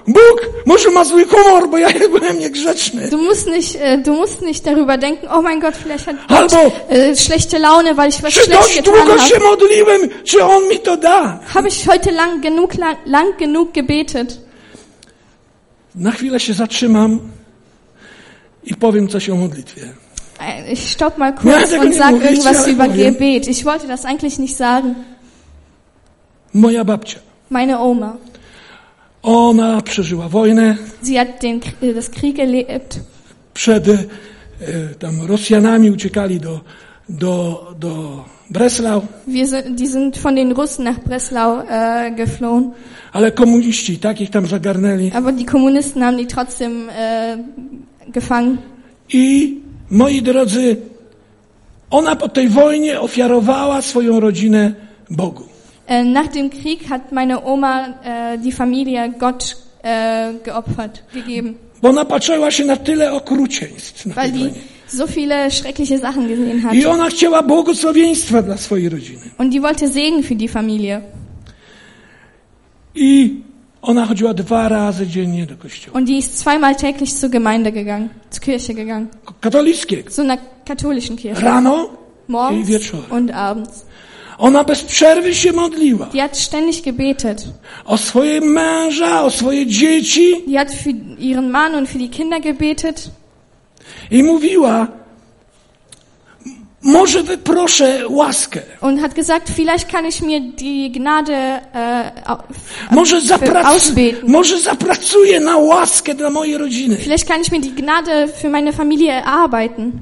Speaker 1: Bóg może ma zły humor, bo ja <laughs> byłem niegrzeczny.
Speaker 2: Du musst nicht, äh, du musst nicht darüber denken, oh mein Gott, vielleicht hat Gott
Speaker 1: Albo
Speaker 2: äh, schlechte Laune, weil ich was
Speaker 1: czy
Speaker 2: schlecht
Speaker 1: dość
Speaker 2: getan
Speaker 1: długo się
Speaker 2: habe.
Speaker 1: modliłem, czy On mi to da.
Speaker 2: Habe ich heute lang genug, lang, lang genug gebetet?
Speaker 1: Na chwilę się zatrzymam i powiem coś o modlitwie.
Speaker 2: Äh, Ich stopp mal
Speaker 1: Ja,
Speaker 2: kurz
Speaker 1: da kann
Speaker 2: und
Speaker 1: ich
Speaker 2: sag
Speaker 1: nur richtig
Speaker 2: irgendwas über
Speaker 1: antworten.
Speaker 2: Gebet. Ich wollte das eigentlich nicht sagen.
Speaker 1: Moja babcia,
Speaker 2: Meine Oma,
Speaker 1: ona przeżyła wojnę
Speaker 2: sie hat den, K- äh, das Krieg erlebt.
Speaker 1: przed e, tam Rosjanami, uciekali do, do, do Breslau,
Speaker 2: Wir sind, die sind von den Russen nach Breslau äh, geflohen.
Speaker 1: ale komuniści takich tam zagarnęli.
Speaker 2: Aber die Kommunisten haben die trotzdem äh, gefangen.
Speaker 1: I moi drodzy, ona po tej wojnie ofiarowała swoją rodzinę Bogu.
Speaker 2: Äh, nach dem Krieg hat meine Oma äh, die Familie Gott äh, geopfert, gegeben,
Speaker 1: Bo napatrzyła się na tyle okrucieństw. Na
Speaker 2: weil
Speaker 1: tej
Speaker 2: die
Speaker 1: wojnie.
Speaker 2: so viele schreckliche Sachen gesehen hat.
Speaker 1: I ona chciała błogosławieństwa dla swojej rodziny.
Speaker 2: Und die wollte Segen für die Familie.
Speaker 1: I ona chodziła dwa razy dziennie do kościoła.
Speaker 2: Und die ist zweimal täglich zur Gemeinde gegangen, zur Kirche gegangen,
Speaker 1: Katolickiego.
Speaker 2: zu einer katholischen Kirche.
Speaker 1: Rano Ey, wird
Speaker 2: Morgens
Speaker 1: schon.
Speaker 2: und abends.
Speaker 1: ona bez przerwy się modliła.
Speaker 2: Die hat ständig gebetet.
Speaker 1: O swoje męża, o swoje dzieci.
Speaker 2: Die hat für ihren Mann und für die Kinder gebetet.
Speaker 1: I mówiła, może wyproszę łaskę.
Speaker 2: Und hat gesagt, vielleicht kann ich mir die Gnade äh, au-
Speaker 1: Może, zaprac...
Speaker 2: ausbeten.
Speaker 1: może zapracuję na łaskę dla mojej rodziny.
Speaker 2: vielleicht kann ich mir die Gnade für meine Familie erarbeiten.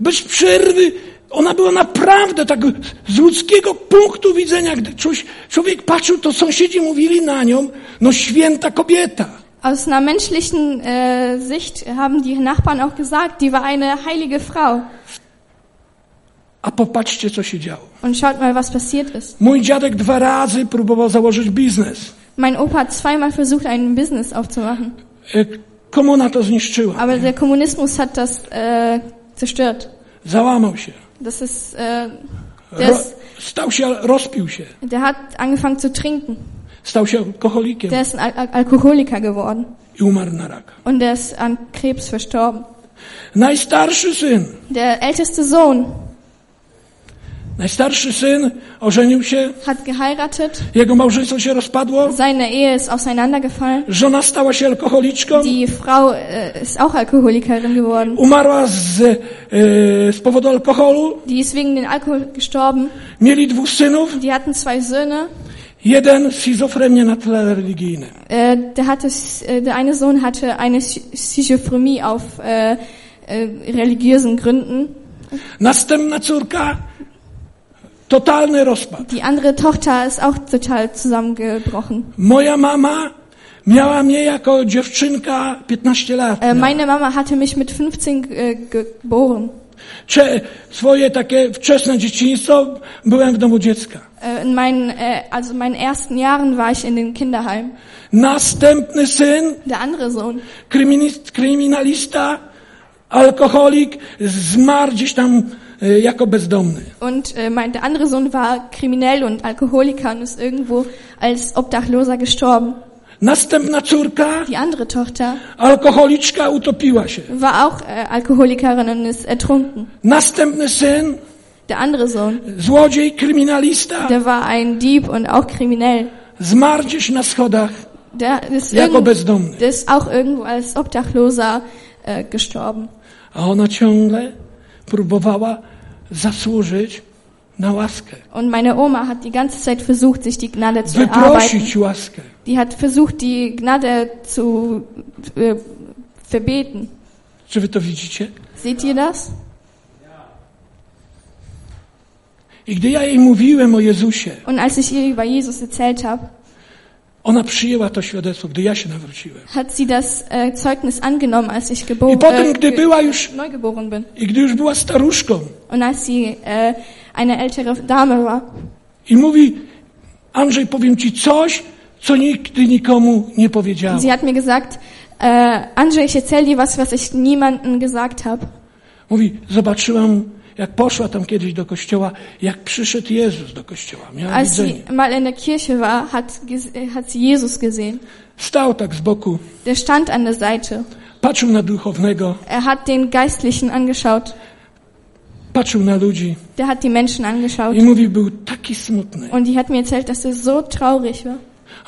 Speaker 1: Bez przerwy ona była naprawdę tak z ludzkiego punktu widzenia, gdy czuś- człowiek patrzył, to sąsiedzi mówili na nią, no święta kobieta.
Speaker 2: Aus einer menschlichen äh, Sicht haben die Nachbarn auch gesagt, die war eine heilige Frau.
Speaker 1: A popatrzcie, co się działo.
Speaker 2: Und schaut mal, was passiert ist.
Speaker 1: Mój dziadek dwa razy próbował założyć biznes.
Speaker 2: Mein Opa hat zweimal versucht, ein Business aufzumachen.
Speaker 1: E, Komuna to zniszczyła.
Speaker 2: Aber der Kommunismus hat das äh, zerstört.
Speaker 1: Załamał się.
Speaker 2: Das ist, äh, der,
Speaker 1: Ro-
Speaker 2: ist,
Speaker 1: stał się, rozpił się.
Speaker 2: der hat angefangen zu trinken.
Speaker 1: Stał się alkoholikiem
Speaker 2: Der ist ein Al Al Alkoholiker geworden.
Speaker 1: i umarł na raka.
Speaker 2: Und der ist an Krebs verstorben.
Speaker 1: Najstarszy syn.
Speaker 2: Der älteste Sohn
Speaker 1: Najstarszy syn ożenił się.
Speaker 2: hat geheiratet.
Speaker 1: Jego małżeństwo się rozpadło.
Speaker 2: Seine Ehe ist auseinandergefallen.
Speaker 1: Żona stała się alkoholiczką.
Speaker 2: Die Frau äh, ist auch Alkoholikerin geworden.
Speaker 1: Umarła z, e, z powodu alkoholu.
Speaker 2: Die ist wegen den Alkohol gestorben.
Speaker 1: Mieli dwóch synów.
Speaker 2: Die hatten zwei Söhne.
Speaker 1: Jeden schizofrenię na tle religijnym.
Speaker 2: Äh, der, hatte, äh, der eine Sohn hatte eine Schi- Schizophrenie auf äh, äh, religiösen Gründen.
Speaker 1: Następna córka. Totalny rozpad.
Speaker 2: Die andere Tochter ist auch total zusammengebrochen.
Speaker 1: Moja mama miała mnie jako dziewczynka 15 lat.
Speaker 2: Äh, Meine Mama hatte mich mit 15 äh, geboren.
Speaker 1: Cze, swoje takie wczesne dzieciństwo byłem w domu dziecka.
Speaker 2: Äh, In meinen, äh, also in meinen ersten Jahren war ich in dem Kinderheim.
Speaker 1: Następny syn,
Speaker 2: Der andere Sohn,
Speaker 1: kryminis- kryminalista, alkoholik, zmarł gdzieś tam e, jako bezdomny.
Speaker 2: Und äh, mein, der andere Sohn war kriminell und Alkoholiker und ist irgendwo als Obdachloser gestorben.
Speaker 1: Następna córka,
Speaker 2: Die andere Tochter
Speaker 1: alkoholiczka, utopiła się.
Speaker 2: war auch äh, Alkoholikerin und ist ertrunken.
Speaker 1: Następny syn,
Speaker 2: Der andere Sohn,
Speaker 1: złodziej, kryminalista,
Speaker 2: der war ein Dieb und auch kriminell.
Speaker 1: zmarł gdzieś na schodach
Speaker 2: Der ist,
Speaker 1: jako
Speaker 2: irgend-
Speaker 1: bezdomny.
Speaker 2: der ist auch irgendwo als Obdachloser äh, gestorben.
Speaker 1: A ona ciągle próbowała zasłużyć na łaskę,
Speaker 2: Und meine Oma hat die ganze Zeit versucht, sich die Gnade zu erarbeiten.
Speaker 1: wyprosić łaskę.
Speaker 2: Die hat versucht, die Gnade zu äh, verbeten.
Speaker 1: Czy wy to widzicie?
Speaker 2: Seht ihr das?
Speaker 1: I gdy ja jej mówiłem o Jezusie,
Speaker 2: Und als ich ihr über Jesus erzählt habe,
Speaker 1: ona przyjęła to świadectwo, gdy ja się nawróciłem.
Speaker 2: hat sie das äh, Zeugnis angenommen, als ich
Speaker 1: I
Speaker 2: geboren
Speaker 1: potem,
Speaker 2: äh,
Speaker 1: gdy
Speaker 2: ge
Speaker 1: była już,
Speaker 2: neugeboren bin.
Speaker 1: i gdy już była staruszką
Speaker 2: Und als sie äh, eine ältere Dame war.
Speaker 1: i mówi, Andrzej, powiem ci coś, co nigdy nikomu nie powiedziałem.
Speaker 2: Sie hat mir gesagt, Äh, Andrzej, ich erzähle dir was, was ich niemandem gesagt habe.
Speaker 1: Mówi, zobaczyłam, jak poszła tam kiedyś do kościoła, jak przyszedł Jezus do kościoła. Miała
Speaker 2: Als
Speaker 1: widzenie.
Speaker 2: sie mal in der Kirche war, hat, ges- äh, hat sie Jesus gesehen.
Speaker 1: Stał tak z boku,
Speaker 2: Der stand an der Seite.
Speaker 1: patrzył na duchownego,
Speaker 2: Er hat den Geistlichen angeschaut.
Speaker 1: patrzył na ludzi
Speaker 2: Der hat die Menschen angeschaut.
Speaker 1: i mówi, był taki smutny.
Speaker 2: Und die hat mir erzählt, dass er so traurig war.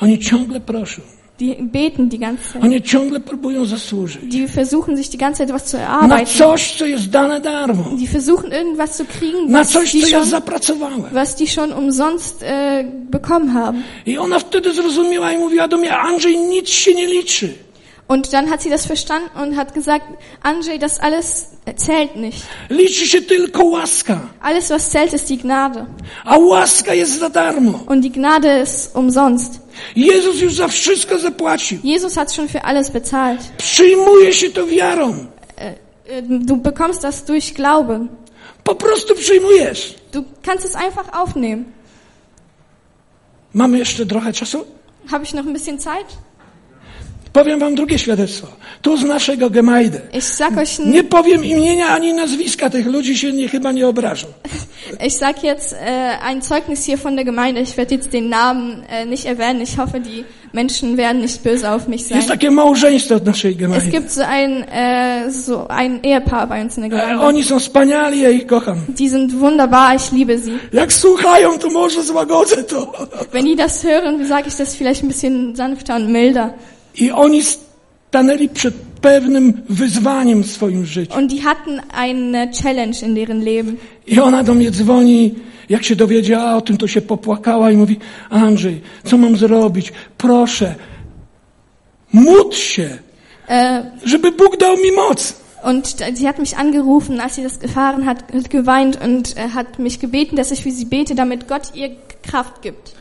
Speaker 1: Oni ciągle proszą,
Speaker 2: Die beten die ganze Zeit.
Speaker 1: oni ciągle próbują zasłużyć
Speaker 2: Die versuchen sich die ganze Zeit was zu
Speaker 1: na
Speaker 2: erarbeiten.
Speaker 1: coś, co jest dane darmo,
Speaker 2: Die versuchen irgendwas zu kriegen,
Speaker 1: na
Speaker 2: was
Speaker 1: coś,
Speaker 2: die
Speaker 1: co ja
Speaker 2: schon,
Speaker 1: zapracowałem.
Speaker 2: was die schon umsonst äh, bekommen haben.
Speaker 1: I ona wtedy zrozumiała i mówiła do mnie, Andrzej, nic się nie liczy.
Speaker 2: Und dann hat sie das verstanden und hat gesagt, Andrzej, das alles zählt nicht.
Speaker 1: Liczy się tylko łaska,
Speaker 2: Alles, was zählt, ist die Gnade.
Speaker 1: a łaska jest za darmo.
Speaker 2: Und die Gnade ist umsonst.
Speaker 1: Jezus już za wszystko zapłacił.
Speaker 2: Jesus hat schon für alles bezahlt.
Speaker 1: Przyjmuje się to wiarą.
Speaker 2: Äh, äh, Du bekommst das durch Glauben.
Speaker 1: Po prostu przyjmujesz.
Speaker 2: Du kannst es einfach aufnehmen.
Speaker 1: Mamy jeszcze trochę czasu?
Speaker 2: Habe ich noch ein bisschen Zeit?
Speaker 1: Powiem wam drugie świadectwo. Tu z naszego Gemajde.
Speaker 2: Ich sag euch, ein,
Speaker 1: Nie powiem imienia ani nazwiska tych ludzi, się nie, chyba nie obrażą.
Speaker 2: ich sag jetzt äh, ein Zeugnis hier von der Gemeinde. Ich werde jetzt den Namen äh, nicht erwähnen. Ich hoffe, die Menschen werden nicht böse auf mich
Speaker 1: Jest
Speaker 2: sein.
Speaker 1: takie małżeństwo w naszej
Speaker 2: Es
Speaker 1: Gemajde.
Speaker 2: gibt so ein äh, so ein Ehepaar bei uns in der
Speaker 1: E,
Speaker 2: Gemeinde.
Speaker 1: Oni są wspaniali, ja ich kocham.
Speaker 2: Die sind wunderbar. Ich liebe sie.
Speaker 1: Jak słuchają, to może złagodzę to.
Speaker 2: Wenn die das hören, sage ich das vielleicht ein bisschen sanfter und milder.
Speaker 1: I oni stanęli przed pewnym wyzwaniem w swoim życiu.
Speaker 2: Und die hatten eine Challenge in deren Leben.
Speaker 1: I ona do mnie dzwoni, jak się dowiedziała o tym, to się popłakała i mówi, Andrzej, co mam zrobić? Proszę, módl się,
Speaker 2: Äh,
Speaker 1: żeby Bóg dał mi moc.
Speaker 2: und sie hat mich angerufen, als sie das gefahren hat, hat geweint und äh, hat mich gebeten, dass ich für sie bete, damit Gott ihr Kraft gibt.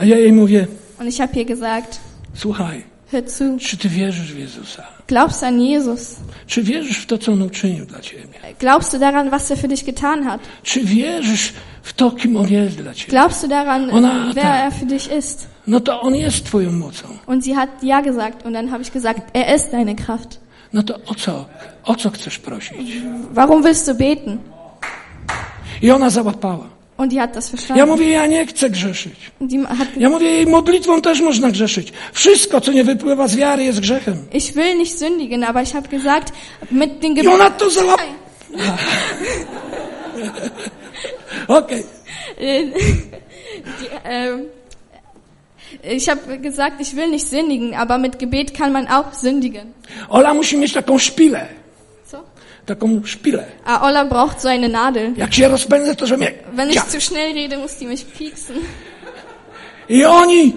Speaker 1: A ja jej mówię,
Speaker 2: Und ich habe ihr gesagt,
Speaker 1: słuchaj,
Speaker 2: hör zu,
Speaker 1: czy ty wierzysz w Jezusa?
Speaker 2: glaubst du an Jesus?
Speaker 1: Czy wierzysz w to, co On uczynił dla ciebie?
Speaker 2: Glaubst du daran, was er für dich getan hat?
Speaker 1: Czy wierzysz w to, kim On jest dla ciebie?
Speaker 2: Glaubst du daran, ähm,
Speaker 1: Oh na,
Speaker 2: wer
Speaker 1: da.
Speaker 2: er für dich ist?
Speaker 1: No to On jest twoją mocą.
Speaker 2: Und sie hat ja gesagt und dann habe ich gesagt, er ist deine Kraft.
Speaker 1: No to o co, o co chcesz prosić?
Speaker 2: Warum willst du beten?
Speaker 1: I ona załapała.
Speaker 2: Und die hat das
Speaker 1: Ja
Speaker 2: verstanden.
Speaker 1: mówię, ja nie chcę grzeszyć.
Speaker 2: Und die hat gesagt,
Speaker 1: Ja mówię, jej modlitwą też można grzeszyć. Wszystko, co nie wypływa z wiary, jest grzechem.
Speaker 2: ich will nicht sündigen, aber ich habe gesagt, mit den
Speaker 1: I
Speaker 2: Gebeten
Speaker 1: ona to załapała. <laughs> Okej.
Speaker 2: Äh, die, ähm, ich habe gesagt, ich will nicht sündigen, aber mit Gebet kann man auch sündigen.
Speaker 1: Ola musi mieć taką szpilę.
Speaker 2: So.
Speaker 1: Taką szpilę.
Speaker 2: Ah, Olla braucht so eine Nadel.
Speaker 1: Jak się rozpędzę, to że mnie...
Speaker 2: Wenn ich
Speaker 1: Ja.
Speaker 2: zu schnell rede, muss die mich pieksen.
Speaker 1: I oni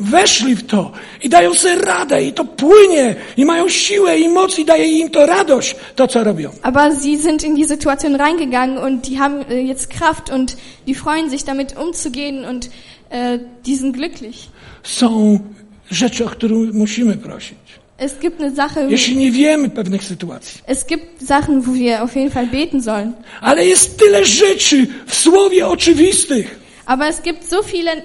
Speaker 1: weszli w to i dają sobie radę i to płynie i mają siłę i moc i daje im to radość, to co robią.
Speaker 2: Aber sie sind in die Situation reingegangen und die haben äh, jetzt Kraft und die freuen sich damit umzugehen und äh, die sind glücklich.
Speaker 1: Są rzeczy, o które musimy prosić.
Speaker 2: Es gibt eine Sache,
Speaker 1: Jeśli nie wiemy pewnych sytuacji.
Speaker 2: es gibt Sachen, wo wir auf jeden Fall beten sollen.
Speaker 1: Ale jest tyle rzeczy w słowie oczywistych.
Speaker 2: Aber es gibt so viele äh,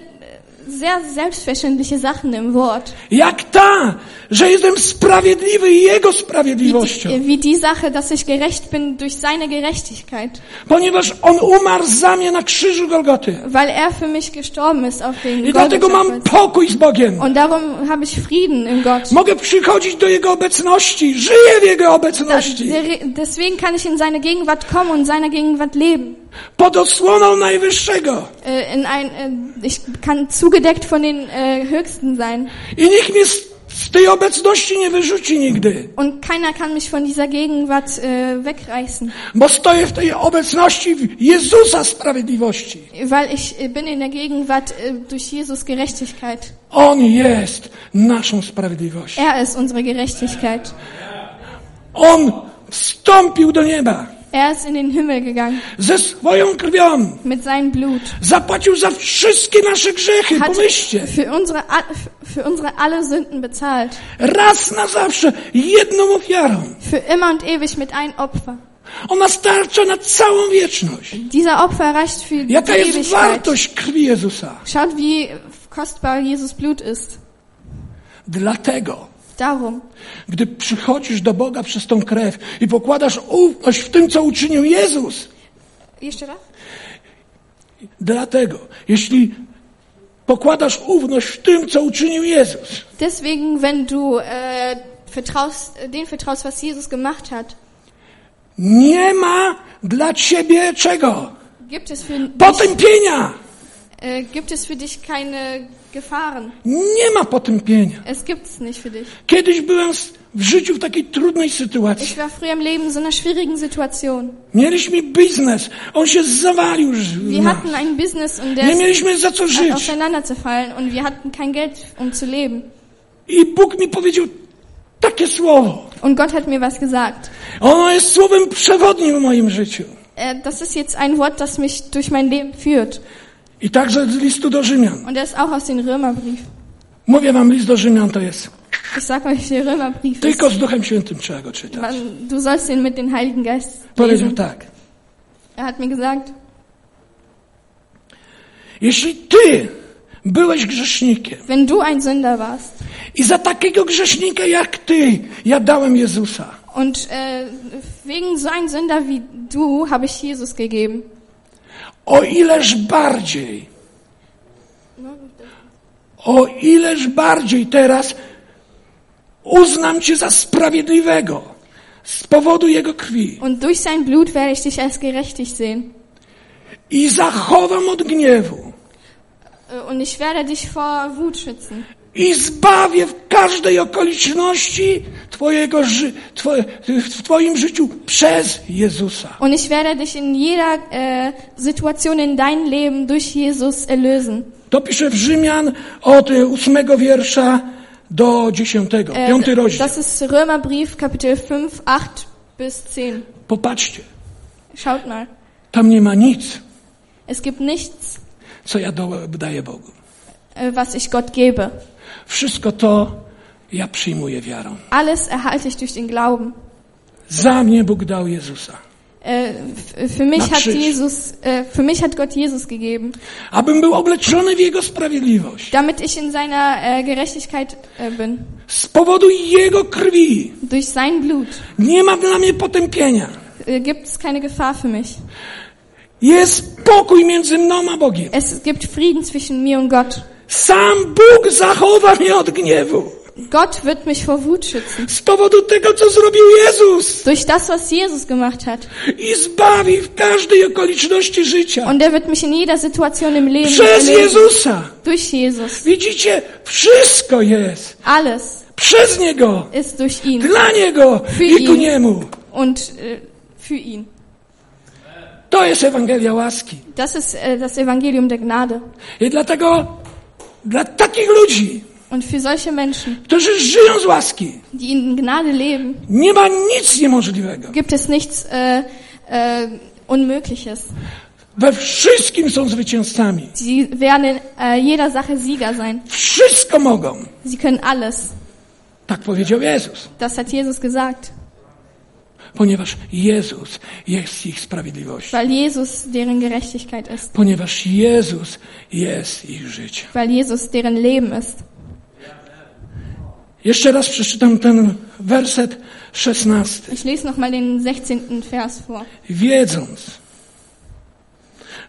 Speaker 2: sehr selbstverständliche Sachen im Wort.
Speaker 1: Jak ta, że jestem sprawiedliwy Jego
Speaker 2: wie
Speaker 1: sprawiedliwością.
Speaker 2: die, äh, wie die Sache, dass ich gerecht bin durch seine Gerechtigkeit,
Speaker 1: Ponieważ On umarł za mnie na krzyżu Golgoty.
Speaker 2: weil er für mich gestorben ist auf den
Speaker 1: I dlatego mam
Speaker 2: Golgatha-Kreuz.
Speaker 1: pokój z Bogiem.
Speaker 2: Und darum habe ich Frieden in Gott.
Speaker 1: Mogę przychodzić do Jego obecności. Żyję w Jego
Speaker 2: Da-
Speaker 1: obecności.
Speaker 2: der- Deswegen kann ich in seine Gegenwart kommen und in seiner Gegenwart leben.
Speaker 1: Pod osłoną Najwyższego.
Speaker 2: Äh, In ein, äh, ich kann zugedeckt von den äh, Höchsten sein.
Speaker 1: I nikt mnie z, z tej obecności nie wyrzuci nigdy.
Speaker 2: Und keiner kann mich von dieser Gegenwart äh, wegreißen,
Speaker 1: Bo stoję w tej obecności Jezusa sprawiedliwości.
Speaker 2: weil ich äh, bin in der Gegenwart äh, durch Jesus Gerechtigkeit.
Speaker 1: On jest naszą sprawiedliwością.
Speaker 2: Er ist unsere Gerechtigkeit.
Speaker 1: On wstąpił do nieba
Speaker 2: Er ist in den Himmel gegangen
Speaker 1: ze swoją krwią.
Speaker 2: mit seinem Blut.
Speaker 1: Zapłacił za wszystkie nasze grzechy.
Speaker 2: hat
Speaker 1: Pomyślcie,
Speaker 2: für unsere, a- für unsere alle Sünden bezahlt.
Speaker 1: raz na zawsze, jedną ofiarą.
Speaker 2: Für immer und ewig mit einem Opfer.
Speaker 1: Ona starcza na całą wieczność.
Speaker 2: Dieser Opfer reicht für die
Speaker 1: Jaka jest
Speaker 2: Ewigkeit.
Speaker 1: wartość krwi Jezusa?
Speaker 2: Schaut, wie kostbar Jesus Blut ist.
Speaker 1: Dlatego
Speaker 2: Darum,
Speaker 1: Gdy przychodzisz do Boga przez tą krew i pokładasz ufność w tym, co uczynił Jezus.
Speaker 2: jeszcze raz?
Speaker 1: Dlatego, jeśli pokładasz ufność w tym, co uczynił Jezus,
Speaker 2: Deswegen, wenn du äh, vertraust, äh, den vertraust, was Jesus gemacht hat,
Speaker 1: nie ma dla ciebie czego?
Speaker 2: gibt es für dich,
Speaker 1: Potępienia!
Speaker 2: äh, gibt es für dich keine Gefahren.
Speaker 1: Nie ma potępienia.
Speaker 2: Es gibt's nicht für dich.
Speaker 1: Kiedyś byłem s- w życiu w takiej trudnej sytuacji.
Speaker 2: Ich war früher im Leben in so einer schwierigen Situation.
Speaker 1: Mieliśmy biznes, on się zawalił. już w
Speaker 2: Wir
Speaker 1: nas.
Speaker 2: hatten ein Business und der
Speaker 1: Nie
Speaker 2: ist
Speaker 1: mieliśmy za co żyć.
Speaker 2: auseinanderzerfallen und wir hatten kein Geld, um zu leben.
Speaker 1: I Bóg mi powiedział takie słowo.
Speaker 2: Und Gott hat mir was gesagt.
Speaker 1: Ono jest słowem przewodnim w moim życiu.
Speaker 2: Äh, das ist jetzt ein Wort, das mich durch mein Leben führt.
Speaker 1: I także z listu do Rzymian.
Speaker 2: Und das ist auch aus dem Römerbrief.
Speaker 1: Mówię wam, list do Rzymian to jest.
Speaker 2: Ich sag euch, der Römerbrief ist,
Speaker 1: Tylko z Duchem Świętym trzeba go czytać.
Speaker 2: man, du sollst ihn mit dem Heiligen Geist
Speaker 1: Powiedział
Speaker 2: lesen.
Speaker 1: tak.
Speaker 2: Er hat mir gesagt,
Speaker 1: Jeśli ty byłeś grzesznikiem
Speaker 2: wenn du ein Sünder warst
Speaker 1: i za takiego grzesznika jak ty ja dałem Jezusa,
Speaker 2: und äh, wegen so einem Sünder wie du habe ich Jesus gegeben.
Speaker 1: o ileż bardziej, o ileż bardziej teraz uznam cię za sprawiedliwego z powodu jego krwi
Speaker 2: Und durch sein Blut werde ich dich als gerechtig sehen.
Speaker 1: i zachowam od gniewu
Speaker 2: Äh, Und ich werde dich vor Wut schützen.
Speaker 1: i zbawię w każdej okoliczności twojego ży, twoje, w twoim życiu przez Jezusa.
Speaker 2: Und ich werde dich in jeder äh, Situation in deinem Leben durch Jesus erlösen.
Speaker 1: To pisze w Rzymian od y, ósmego wiersza do dziesiątego,
Speaker 2: Äh,
Speaker 1: piąty rozdział.
Speaker 2: das ist Römerbrief, Kapitel 5, 8 bis 10.
Speaker 1: Popatrzcie,
Speaker 2: Schaut mal.
Speaker 1: tam nie ma nic,
Speaker 2: Es gibt nichts,
Speaker 1: co ja do- daję Bogu.
Speaker 2: äh, was ich Gott gebe.
Speaker 1: Wszystko to ja przyjmuję wiarą.
Speaker 2: Alles erhalte ich durch den Glauben.
Speaker 1: Za mnie Bóg dał Jezusa,
Speaker 2: Äh, f- für mich
Speaker 1: Na
Speaker 2: hat
Speaker 1: Krzyż.
Speaker 2: Jesus, äh, für mich hat Gott Jesus gegeben,
Speaker 1: abym był obleczony w Jego sprawiedliwość.
Speaker 2: damit ich in seiner äh, Gerechtigkeit äh, bin.
Speaker 1: Z powodu Jego krwi
Speaker 2: Durch sein Blut
Speaker 1: nie ma dla mnie potępienia.
Speaker 2: äh, gibt es keine Gefahr für mich.
Speaker 1: Jest pokój między mną a Bogiem.
Speaker 2: Es gibt Frieden zwischen mir und Gott.
Speaker 1: Sam Bóg zachowa mnie od gniewu.
Speaker 2: Gott wird mich vor Wut schützen.
Speaker 1: Z powodu tego, co zrobił Jezus.
Speaker 2: Durch das, was Jesus gemacht hat.
Speaker 1: I zbawi w każdej okoliczności życia.
Speaker 2: Und er wird mich in jeder Situation im Leben
Speaker 1: Przez
Speaker 2: erlösen.
Speaker 1: Jezusa.
Speaker 2: Durch Jesus.
Speaker 1: Widzicie, wszystko jest.
Speaker 2: Alles
Speaker 1: Przez Niego.
Speaker 2: ist durch ihn
Speaker 1: Dla Niego i ku Niemu.
Speaker 2: und äh, für ihn.
Speaker 1: To jest Ewangelia łaski.
Speaker 2: Das ist äh, das Evangelium der Gnade.
Speaker 1: I dlatego dla takich ludzi,
Speaker 2: Und für solche Menschen,
Speaker 1: którzy żyją z łaski,
Speaker 2: die in Gnade leben,
Speaker 1: nie ma nic niemożliwego.
Speaker 2: gibt es nichts äh, äh, Unmögliches.
Speaker 1: We wszystkim są zwycięzcami.
Speaker 2: Sie werden in äh, jeder Sache Sieger sein.
Speaker 1: Wszystko mogą.
Speaker 2: Sie können alles.
Speaker 1: Tak powiedział Jezus.
Speaker 2: Das hat Jesus gesagt,
Speaker 1: Ponieważ Jezus jest ich sprawiedliwością.
Speaker 2: weil Jesus deren Gerechtigkeit ist,
Speaker 1: Ponieważ Jezus jest ich życiem.
Speaker 2: weil Jesus deren Leben ist.
Speaker 1: Jeszcze raz przeczytam ten werset szesnasty.
Speaker 2: Ich lese nochmal den 16. Vers vor.
Speaker 1: Wiedząc,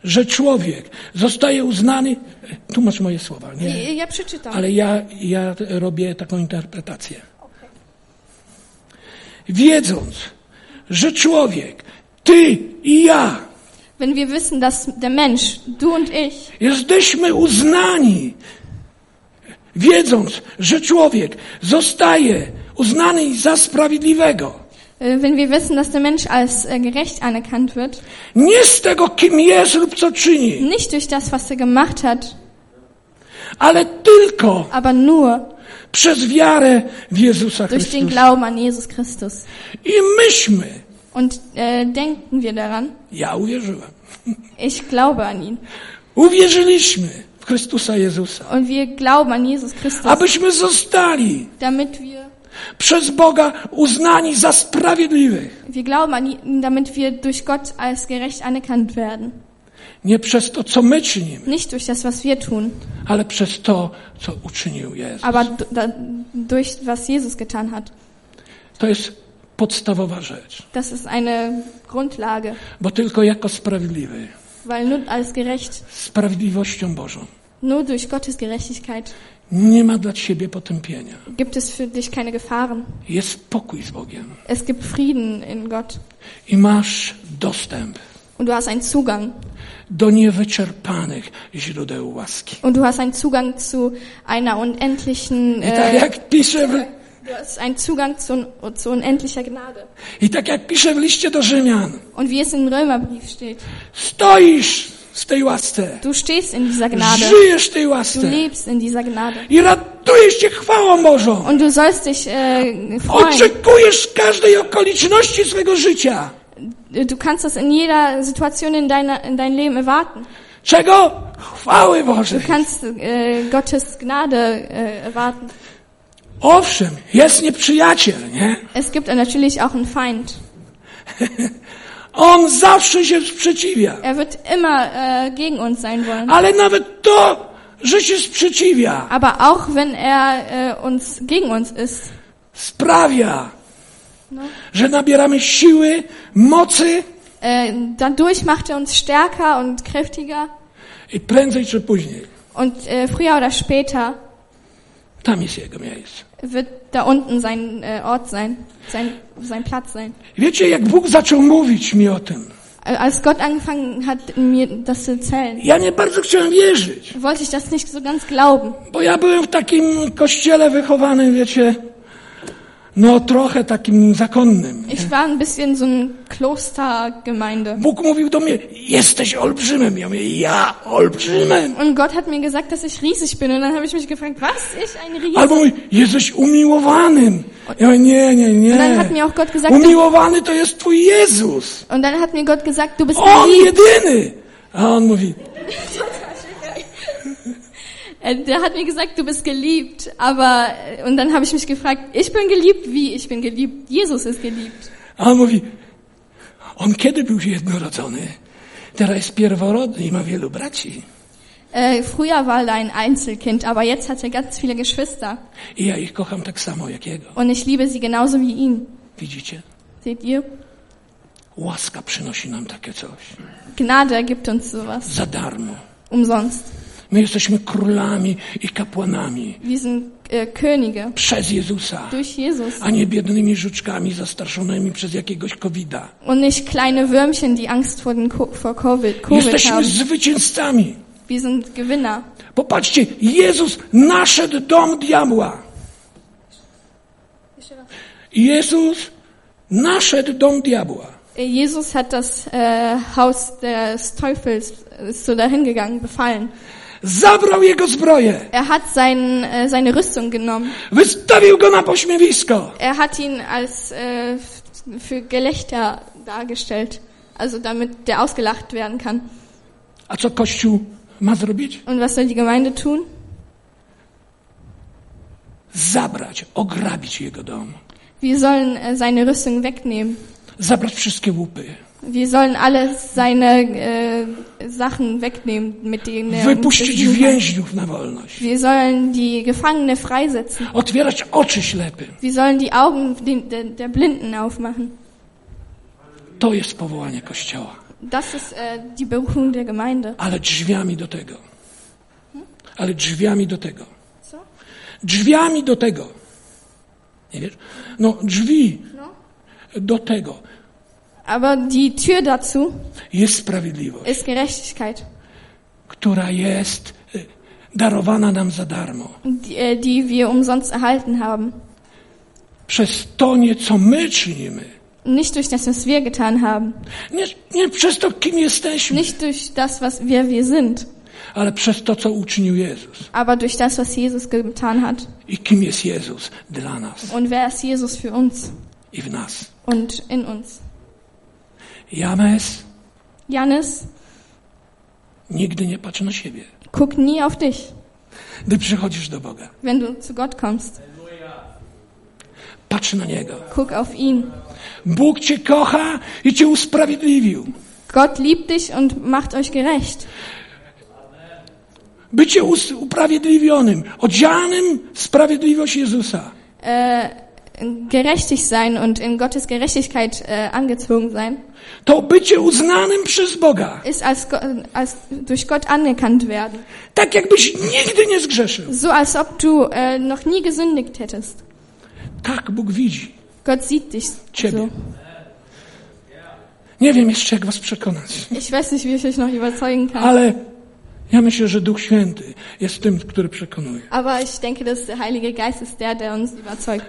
Speaker 1: że człowiek zostaje uznany, tłumacz moje słowa, nie?
Speaker 2: Ja przeczytam.
Speaker 1: Ale ja, ja robię taką interpretację. Wiedząc, że człowiek, ty i ja,
Speaker 2: Wenn wir wissen, dass der Mensch, du und ich,
Speaker 1: jesteśmy uznani, wiedząc, że człowiek zostaje uznany za sprawiedliwego,
Speaker 2: äh, wenn wir wissen, dass der Mensch als äh, gerecht anerkannt wird,
Speaker 1: nie z tego, kim jest lub co czyni,
Speaker 2: nicht durch das, was er gemacht hat,
Speaker 1: ale tylko
Speaker 2: aber nur
Speaker 1: przez wiarę w Jezusa
Speaker 2: durch den
Speaker 1: Chrystusa.
Speaker 2: Glauben an Jesus Christus.
Speaker 1: I myśmy,
Speaker 2: Und äh, denken wir daran,
Speaker 1: ja uwierzyłem,
Speaker 2: ich glaube an ihn.
Speaker 1: uwierzyliśmy w Chrystusa Jezusa,
Speaker 2: Und wir glauben an Jesus Christus,
Speaker 1: abyśmy zostali
Speaker 2: damit wir,
Speaker 1: przez Boga uznani za sprawiedliwych.
Speaker 2: wir glauben an ihn, damit wir durch Gott als gerecht anerkannt werden.
Speaker 1: Nie przez to, co my czynimy,
Speaker 2: Nicht durch das, was wir tun,
Speaker 1: ale przez to, co uczynił Jezus.
Speaker 2: aber d- da, durch was Jesus getan hat.
Speaker 1: To jest podstawowa rzecz,
Speaker 2: Das ist eine Grundlage,
Speaker 1: bo tylko jako sprawiedliwy,
Speaker 2: weil nur als gerecht,
Speaker 1: sprawiedliwością Bożą,
Speaker 2: nur durch Gottes Gerechtigkeit
Speaker 1: nie ma dla ciebie potępienia.
Speaker 2: gibt es für dich keine Gefahren.
Speaker 1: Jest pokój z Bogiem
Speaker 2: Es gibt Frieden in Gott
Speaker 1: i masz dostęp
Speaker 2: und du hast einen Zugang
Speaker 1: do niewyczerpanych źródeł łaski.
Speaker 2: und du hast einen Zugang zu einer unendlichen
Speaker 1: I tak
Speaker 2: äh,
Speaker 1: jak pisze w,
Speaker 2: du hast einen Zugang zu, un- zu unendlicher Gnade.
Speaker 1: i tak jak pisze w liście do Rzymian,
Speaker 2: Und wie es im Römerbrief steht,
Speaker 1: stoisz w tej łasce,
Speaker 2: du stehst in dieser Gnade,
Speaker 1: żyjesz w tej
Speaker 2: du
Speaker 1: łasce
Speaker 2: lebst in dieser Gnade
Speaker 1: i radujesz się chwałą Bożą.
Speaker 2: und du sollst dich äh, freuen.
Speaker 1: Oczekujesz każdej okoliczności swego życia.
Speaker 2: Du kannst das in jeder Situation in deiner in dein Leben erwarten.
Speaker 1: Czego? Chwały Bożej.
Speaker 2: Du kannst äh, Gottes Gnade äh, erwarten.
Speaker 1: Owszem, jest nieprzyjaciel, nie?
Speaker 2: Es gibt natürlich auch einen Feind.
Speaker 1: On zawsze się sprzeciwia.
Speaker 2: Er wird immer äh, gegen uns sein wollen.
Speaker 1: Ale nawet to, że się sprzeciwia,
Speaker 2: Aber auch wenn er äh, uns gegen uns ist,
Speaker 1: sprawia,
Speaker 2: No.
Speaker 1: że nabieramy siły, mocy
Speaker 2: äh, dadurch macht er uns stärker und kräftiger.
Speaker 1: i prędzej czy później.
Speaker 2: Und äh, früher oder später
Speaker 1: Tam jest jego miejsce.
Speaker 2: wird da unten sein äh, Ort sein, sein, sein Platz sein.
Speaker 1: Wiecie, jak Bóg zaczął mówić mi o tym,
Speaker 2: Äh, Als Gott angefangen hat, mir das zu erzählen,
Speaker 1: ja nie bardzo chciałem wierzyć,
Speaker 2: wollte ich das nicht so ganz glauben.
Speaker 1: bo ja byłem w takim kościele wychowanym, wiecie, no trochę takim zakonnym.
Speaker 2: Ich war ein bisschen so eine Klostergemeinde.
Speaker 1: Bóg mówił do mnie, jesteś olbrzymem. Ja mówię, ja olbrzymem.
Speaker 2: Und Gott hat mir gesagt, dass ich riesig bin. Und dann habe ich mich gefragt, was? Ich ein Riese?
Speaker 1: Albo mówi, jesteś umiłowanym. Ja mówię, nie, nie,
Speaker 2: Und dann hat mir
Speaker 1: nie.
Speaker 2: auch Gott gesagt, du,
Speaker 1: Umiłowany to jest twój Jezus.
Speaker 2: und dann hat mir Gott gesagt, du bist
Speaker 1: On
Speaker 2: geliebt.
Speaker 1: jedyny. A on mówi,
Speaker 2: <laughs> Äh, Der hat mir gesagt, du bist geliebt. Aber, äh, und dann habe ich mich gefragt, ich bin geliebt? Wie? Ich bin geliebt. Jesus ist geliebt.
Speaker 1: a on mówi, on kiedy był jednorodzony? Teraz jest pierworodny i ma wielu braci.
Speaker 2: Äh, früher war er ein Einzelkind, aber jetzt hat er ganz viele Geschwister.
Speaker 1: I ja ich kocham tak samo jak jego.
Speaker 2: Und ich liebe sie genauso wie ihn.
Speaker 1: Widzicie?
Speaker 2: Seht ihr?
Speaker 1: Łaska przynosi nam takie coś.
Speaker 2: Gnade gibt uns sowas.
Speaker 1: Za darmo.
Speaker 2: Umsonst.
Speaker 1: My jesteśmy królami i kapłanami
Speaker 2: Wir sind äh, Könige.
Speaker 1: przez Jezusa.
Speaker 2: Durch Jesus.
Speaker 1: a nie biednymi żuczkami zastraszonymi przez jakiegoś covida.
Speaker 2: Und nicht kleine Würmchen, die Angst vor, den Co vor Covid, Covid
Speaker 1: Jesteśmy
Speaker 2: haben.
Speaker 1: zwycięzcami.
Speaker 2: Wir sind Gewinner.
Speaker 1: Popatrzcie, Jezus naszedł dom diabła. Jezus naszedł dom diabła.
Speaker 2: Äh, Jesus hat das äh, Haus des Teufels, äh, ist so dahin gegangen, befallen.
Speaker 1: Zabrał jego zbroję.
Speaker 2: Er hat sein, äh, seine Rüstung genommen.
Speaker 1: Wystawił go na pośmiewisko.
Speaker 2: Er hat ihn als äh, f- für Gelächter dargestellt, also damit der ausgelacht werden kann.
Speaker 1: A co Kościół ma zrobić?
Speaker 2: Und was soll die Gemeinde tun?
Speaker 1: Zabrać, ograbić jego dom.
Speaker 2: Wir sollen äh, seine Rüstung wegnehmen.
Speaker 1: Zabrać wszystkie łupy.
Speaker 2: Wir sollen alle seine äh, Sachen wegnehmen, mit denen er uns
Speaker 1: Wypuścić
Speaker 2: besiegen hat.
Speaker 1: więźniów na wolność.
Speaker 2: Wir sollen die Gefangene freisetzen.
Speaker 1: Otwierać oczy ślepym.
Speaker 2: Wir sollen die Augen den, der, der Blinden aufmachen.
Speaker 1: To jest powołanie Kościoła.
Speaker 2: Das ist äh, die Berufung der Gemeinde.
Speaker 1: ale drzwiami do tego. Ale drzwiami do tego.
Speaker 2: Co?
Speaker 1: Drzwiami do tego. Nie wiesz? No, drzwi do tego.
Speaker 2: Aber die Tür dazu
Speaker 1: Jest sprawiedliwość,
Speaker 2: ist Gerechtigkeit.
Speaker 1: która jest y, darowana nam za darmo.
Speaker 2: die, äh, die wir umsonst erhalten haben.
Speaker 1: Przez to nie, co my czynimy.
Speaker 2: Nicht durch das, was wir getan haben.
Speaker 1: Nie, nie przez to, kim jesteśmy,
Speaker 2: Nicht durch das, was wir wir sind.
Speaker 1: ale przez to, co uczynił Jezus.
Speaker 2: Aber durch das, was Jesus getan hat.
Speaker 1: I kim jest Jezus dla nas
Speaker 2: Und wer ist Jesus für uns
Speaker 1: i w nas.
Speaker 2: und in uns?
Speaker 1: James
Speaker 2: Janis,
Speaker 1: nigdy nie patrzy na siebie,
Speaker 2: guck nie auf dich,
Speaker 1: gdy przychodzisz do Boga.
Speaker 2: wenn du zu Gott kommst.
Speaker 1: Patrz na Niego.
Speaker 2: Guck auf ihn.
Speaker 1: Bóg cię kocha i cię usprawiedliwił.
Speaker 2: Gott liebt dich und macht euch gerecht.
Speaker 1: Bycie us- usprawiedliwionym, odzianym w sprawiedliwość Jezusa.
Speaker 2: Äh, gerechtig sein und in Gottes Gerechtigkeit äh, angezogen sein,
Speaker 1: To bycie uznanym przez Boga.
Speaker 2: ist als, Go- als durch Gott anerkannt werden.
Speaker 1: Tak jakbyś nigdy nie zgrzeszył.
Speaker 2: So als ob du äh, noch nie gesündigt hättest.
Speaker 1: Tak Bóg widzi.
Speaker 2: Gott sieht dich Also,
Speaker 1: Ciebie.
Speaker 2: so.
Speaker 1: Nie wiem jeszcze, jak was przekonać,
Speaker 2: Ich weiß nicht, wie ich euch noch überzeugen kann.
Speaker 1: ale ja myślę, że Duch Święty jest tym, który przekonuje.
Speaker 2: Aber ich denke, dass der Heilige Geist ist der, der uns überzeugt.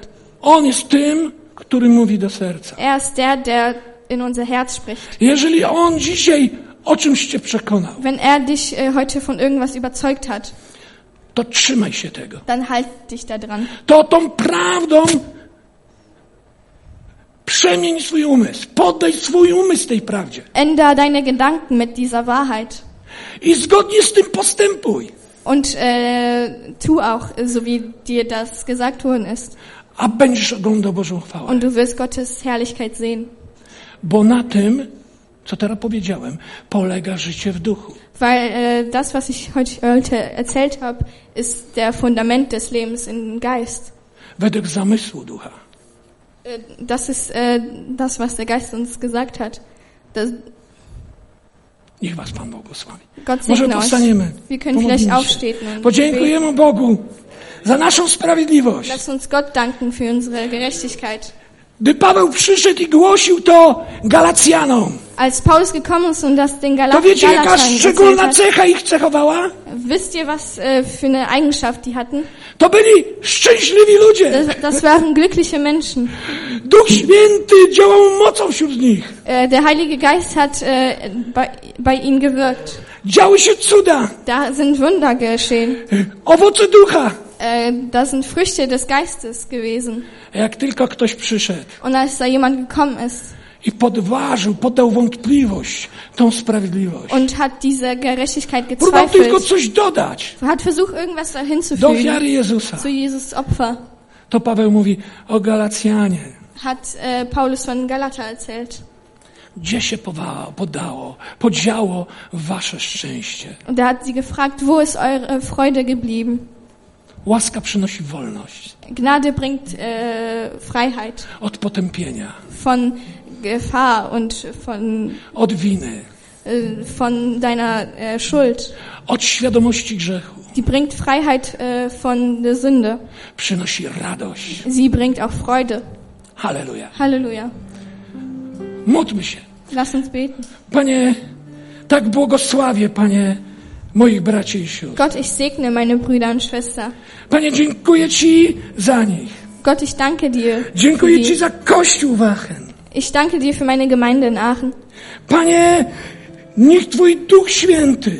Speaker 1: On jest tym, który mówi do serca.
Speaker 2: Er ist der, der in unser Herz spricht.
Speaker 1: Jeżeli On dzisiaj o czymś cię przekonał,
Speaker 2: Wenn er dich äh, heute von irgendwas überzeugt hat,
Speaker 1: to trzymaj się tego.
Speaker 2: dann halt dich da dran.
Speaker 1: To tą prawdą przemień swój umysł. Poddaj swój umysł tej prawdzie.
Speaker 2: Änder deine Gedanken mit dieser Wahrheit.
Speaker 1: I zgodnie z tym postępuj.
Speaker 2: Und äh, tu auch, äh, so wie dir das gesagt worden ist.
Speaker 1: A będziesz oglądał Bożą chwałę.
Speaker 2: Und du wirst Gottes Herrlichkeit sehen.
Speaker 1: Bo na tym, co teraz powiedziałem, polega życie w duchu.
Speaker 2: Weil äh, das, was ich heute heute erzählt habe, ist der Fundament des Lebens im Geist.
Speaker 1: Według zamysłu ducha.
Speaker 2: Äh, das ist äh, das, was der Geist uns gesagt hat. Das,
Speaker 1: Niech was Pan błogosławi.
Speaker 2: Gott
Speaker 1: Może
Speaker 2: segne uns.
Speaker 1: powstaniemy.
Speaker 2: Wir können vielleicht
Speaker 1: Pomodlimy się.
Speaker 2: aufstehen und beten.
Speaker 1: Podziękujemy Bogu za naszą sprawiedliwość.
Speaker 2: Lass uns Gott danken für unsere Gerechtigkeit.
Speaker 1: Gdy Paweł przyszedł i głosił to Galacjanom,
Speaker 2: Als Paulus gekommen ist und das den
Speaker 1: to
Speaker 2: Galat
Speaker 1: wiecie, jaka
Speaker 2: Galatern erzählt
Speaker 1: szczególna
Speaker 2: hat,
Speaker 1: cecha ich cechowała?
Speaker 2: wisst ihr, was äh, für eine Eigenschaft die hatten?
Speaker 1: To byli szczęśliwi ludzie.
Speaker 2: Das, das waren glückliche Menschen.
Speaker 1: Duch Święty działał mocą wśród nich.
Speaker 2: Äh, der Heilige Geist hat äh, bei, bei ihnen gewirkt.
Speaker 1: Działy się cuda,
Speaker 2: Da sind Wunder geschehen.
Speaker 1: owoce ducha.
Speaker 2: Äh, da sind Früchte des Geistes gewesen.
Speaker 1: Jak tylko ktoś przyszedł
Speaker 2: Und als da jemand gekommen ist
Speaker 1: i podważył, podał wątpliwość tą sprawiedliwość,
Speaker 2: und hat diese Gerechtigkeit
Speaker 1: próbował tylko
Speaker 2: gezweifelt,
Speaker 1: coś dodać
Speaker 2: hat versucht, irgendwas da
Speaker 1: do
Speaker 2: hinzufügen
Speaker 1: ofiary Jezusa,
Speaker 2: zu Jesus Opfer,
Speaker 1: to Paweł mówi o Galacjanie.
Speaker 2: hat äh, Paulus von Galater erzählt.
Speaker 1: Gdzie się powa- podało, podziało wasze szczęście?
Speaker 2: Und da hat sie gefragt, wo ist eure Freude geblieben?
Speaker 1: Łaska przynosi wolność
Speaker 2: Gnade bringt äh, Freiheit
Speaker 1: od potępienia,
Speaker 2: von Gefahr und von
Speaker 1: od winy,
Speaker 2: äh, von deiner äh, Schuld.
Speaker 1: od świadomości grzechu.
Speaker 2: Die bringt Freiheit äh, von der Sünde.
Speaker 1: Przynosi radość.
Speaker 2: Sie bringt auch Freude.
Speaker 1: Halleluja.
Speaker 2: Halleluja.
Speaker 1: Módlmy się.
Speaker 2: Lass uns beten.
Speaker 1: Panie, tak błogosławię, Panie, moich braci i sióstr.
Speaker 2: Gott, ich segne meine Brüder und Schwestern.
Speaker 1: Panie, dziękuję Ci za nich.
Speaker 2: Gott, ich danke dir. für
Speaker 1: Dziękuję Ci
Speaker 2: die-
Speaker 1: za Kościół Wachen.
Speaker 2: Ich danke dir für meine Gemeinde in Aachen.
Speaker 1: Panie, niech Twój Duch Święty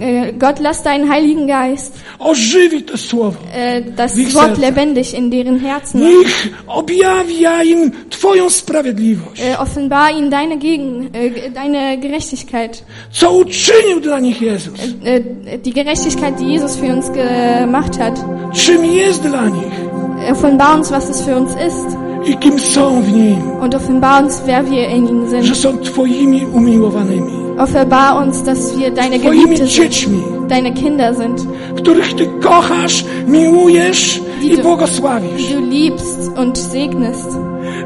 Speaker 2: Äh, Gott, lass deinen Heiligen Geist
Speaker 1: ożywi to słowo.
Speaker 2: äh, das
Speaker 1: Wie
Speaker 2: Wort
Speaker 1: gesagt.
Speaker 2: lebendig in deren Herzen. machen.
Speaker 1: Niech objawia im Twoją sprawiedliwość,
Speaker 2: Äh, offenbar ihnen deine Gegen, äh, deine Gerechtigkeit,
Speaker 1: co uczynił dla nich Jezus,
Speaker 2: äh, die Gerechtigkeit, die Jesus für uns gemacht hat.
Speaker 1: czym jest dla nich
Speaker 2: Äh, Offenbar uns, was es für uns ist.
Speaker 1: i kim są w Nim,
Speaker 2: Und offenbar uns, wer wir in ihm
Speaker 1: że
Speaker 2: sind.
Speaker 1: są Twoimi umiłowanymi,
Speaker 2: Offenbar uns, dass wir deine Geliebte
Speaker 1: Twoimi
Speaker 2: sind,
Speaker 1: dziećmi,
Speaker 2: deine Kinder sind,
Speaker 1: których Ty kochasz, miłujesz i
Speaker 2: Widzę.
Speaker 1: błogosławisz,
Speaker 2: die du liebst und segnest.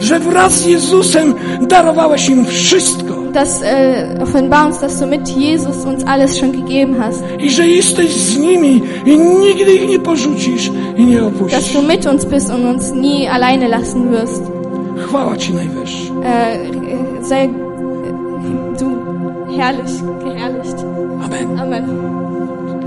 Speaker 1: że wraz z Jezusem darowałeś im wszystko
Speaker 2: Das äh, offenbar uns, dass du mit Jesus uns alles schon gegeben hast.
Speaker 1: i że jesteś z nimi i nigdy ich nie porzucisz i nie
Speaker 2: Dass du
Speaker 1: opuścisz.
Speaker 2: mit uns bist und uns nie alleine lassen wirst.
Speaker 1: Chwała Ci najwyższa.
Speaker 2: Äh, äh, sei äh, du herrlich, geherrlicht.
Speaker 1: Amen.
Speaker 2: Amen.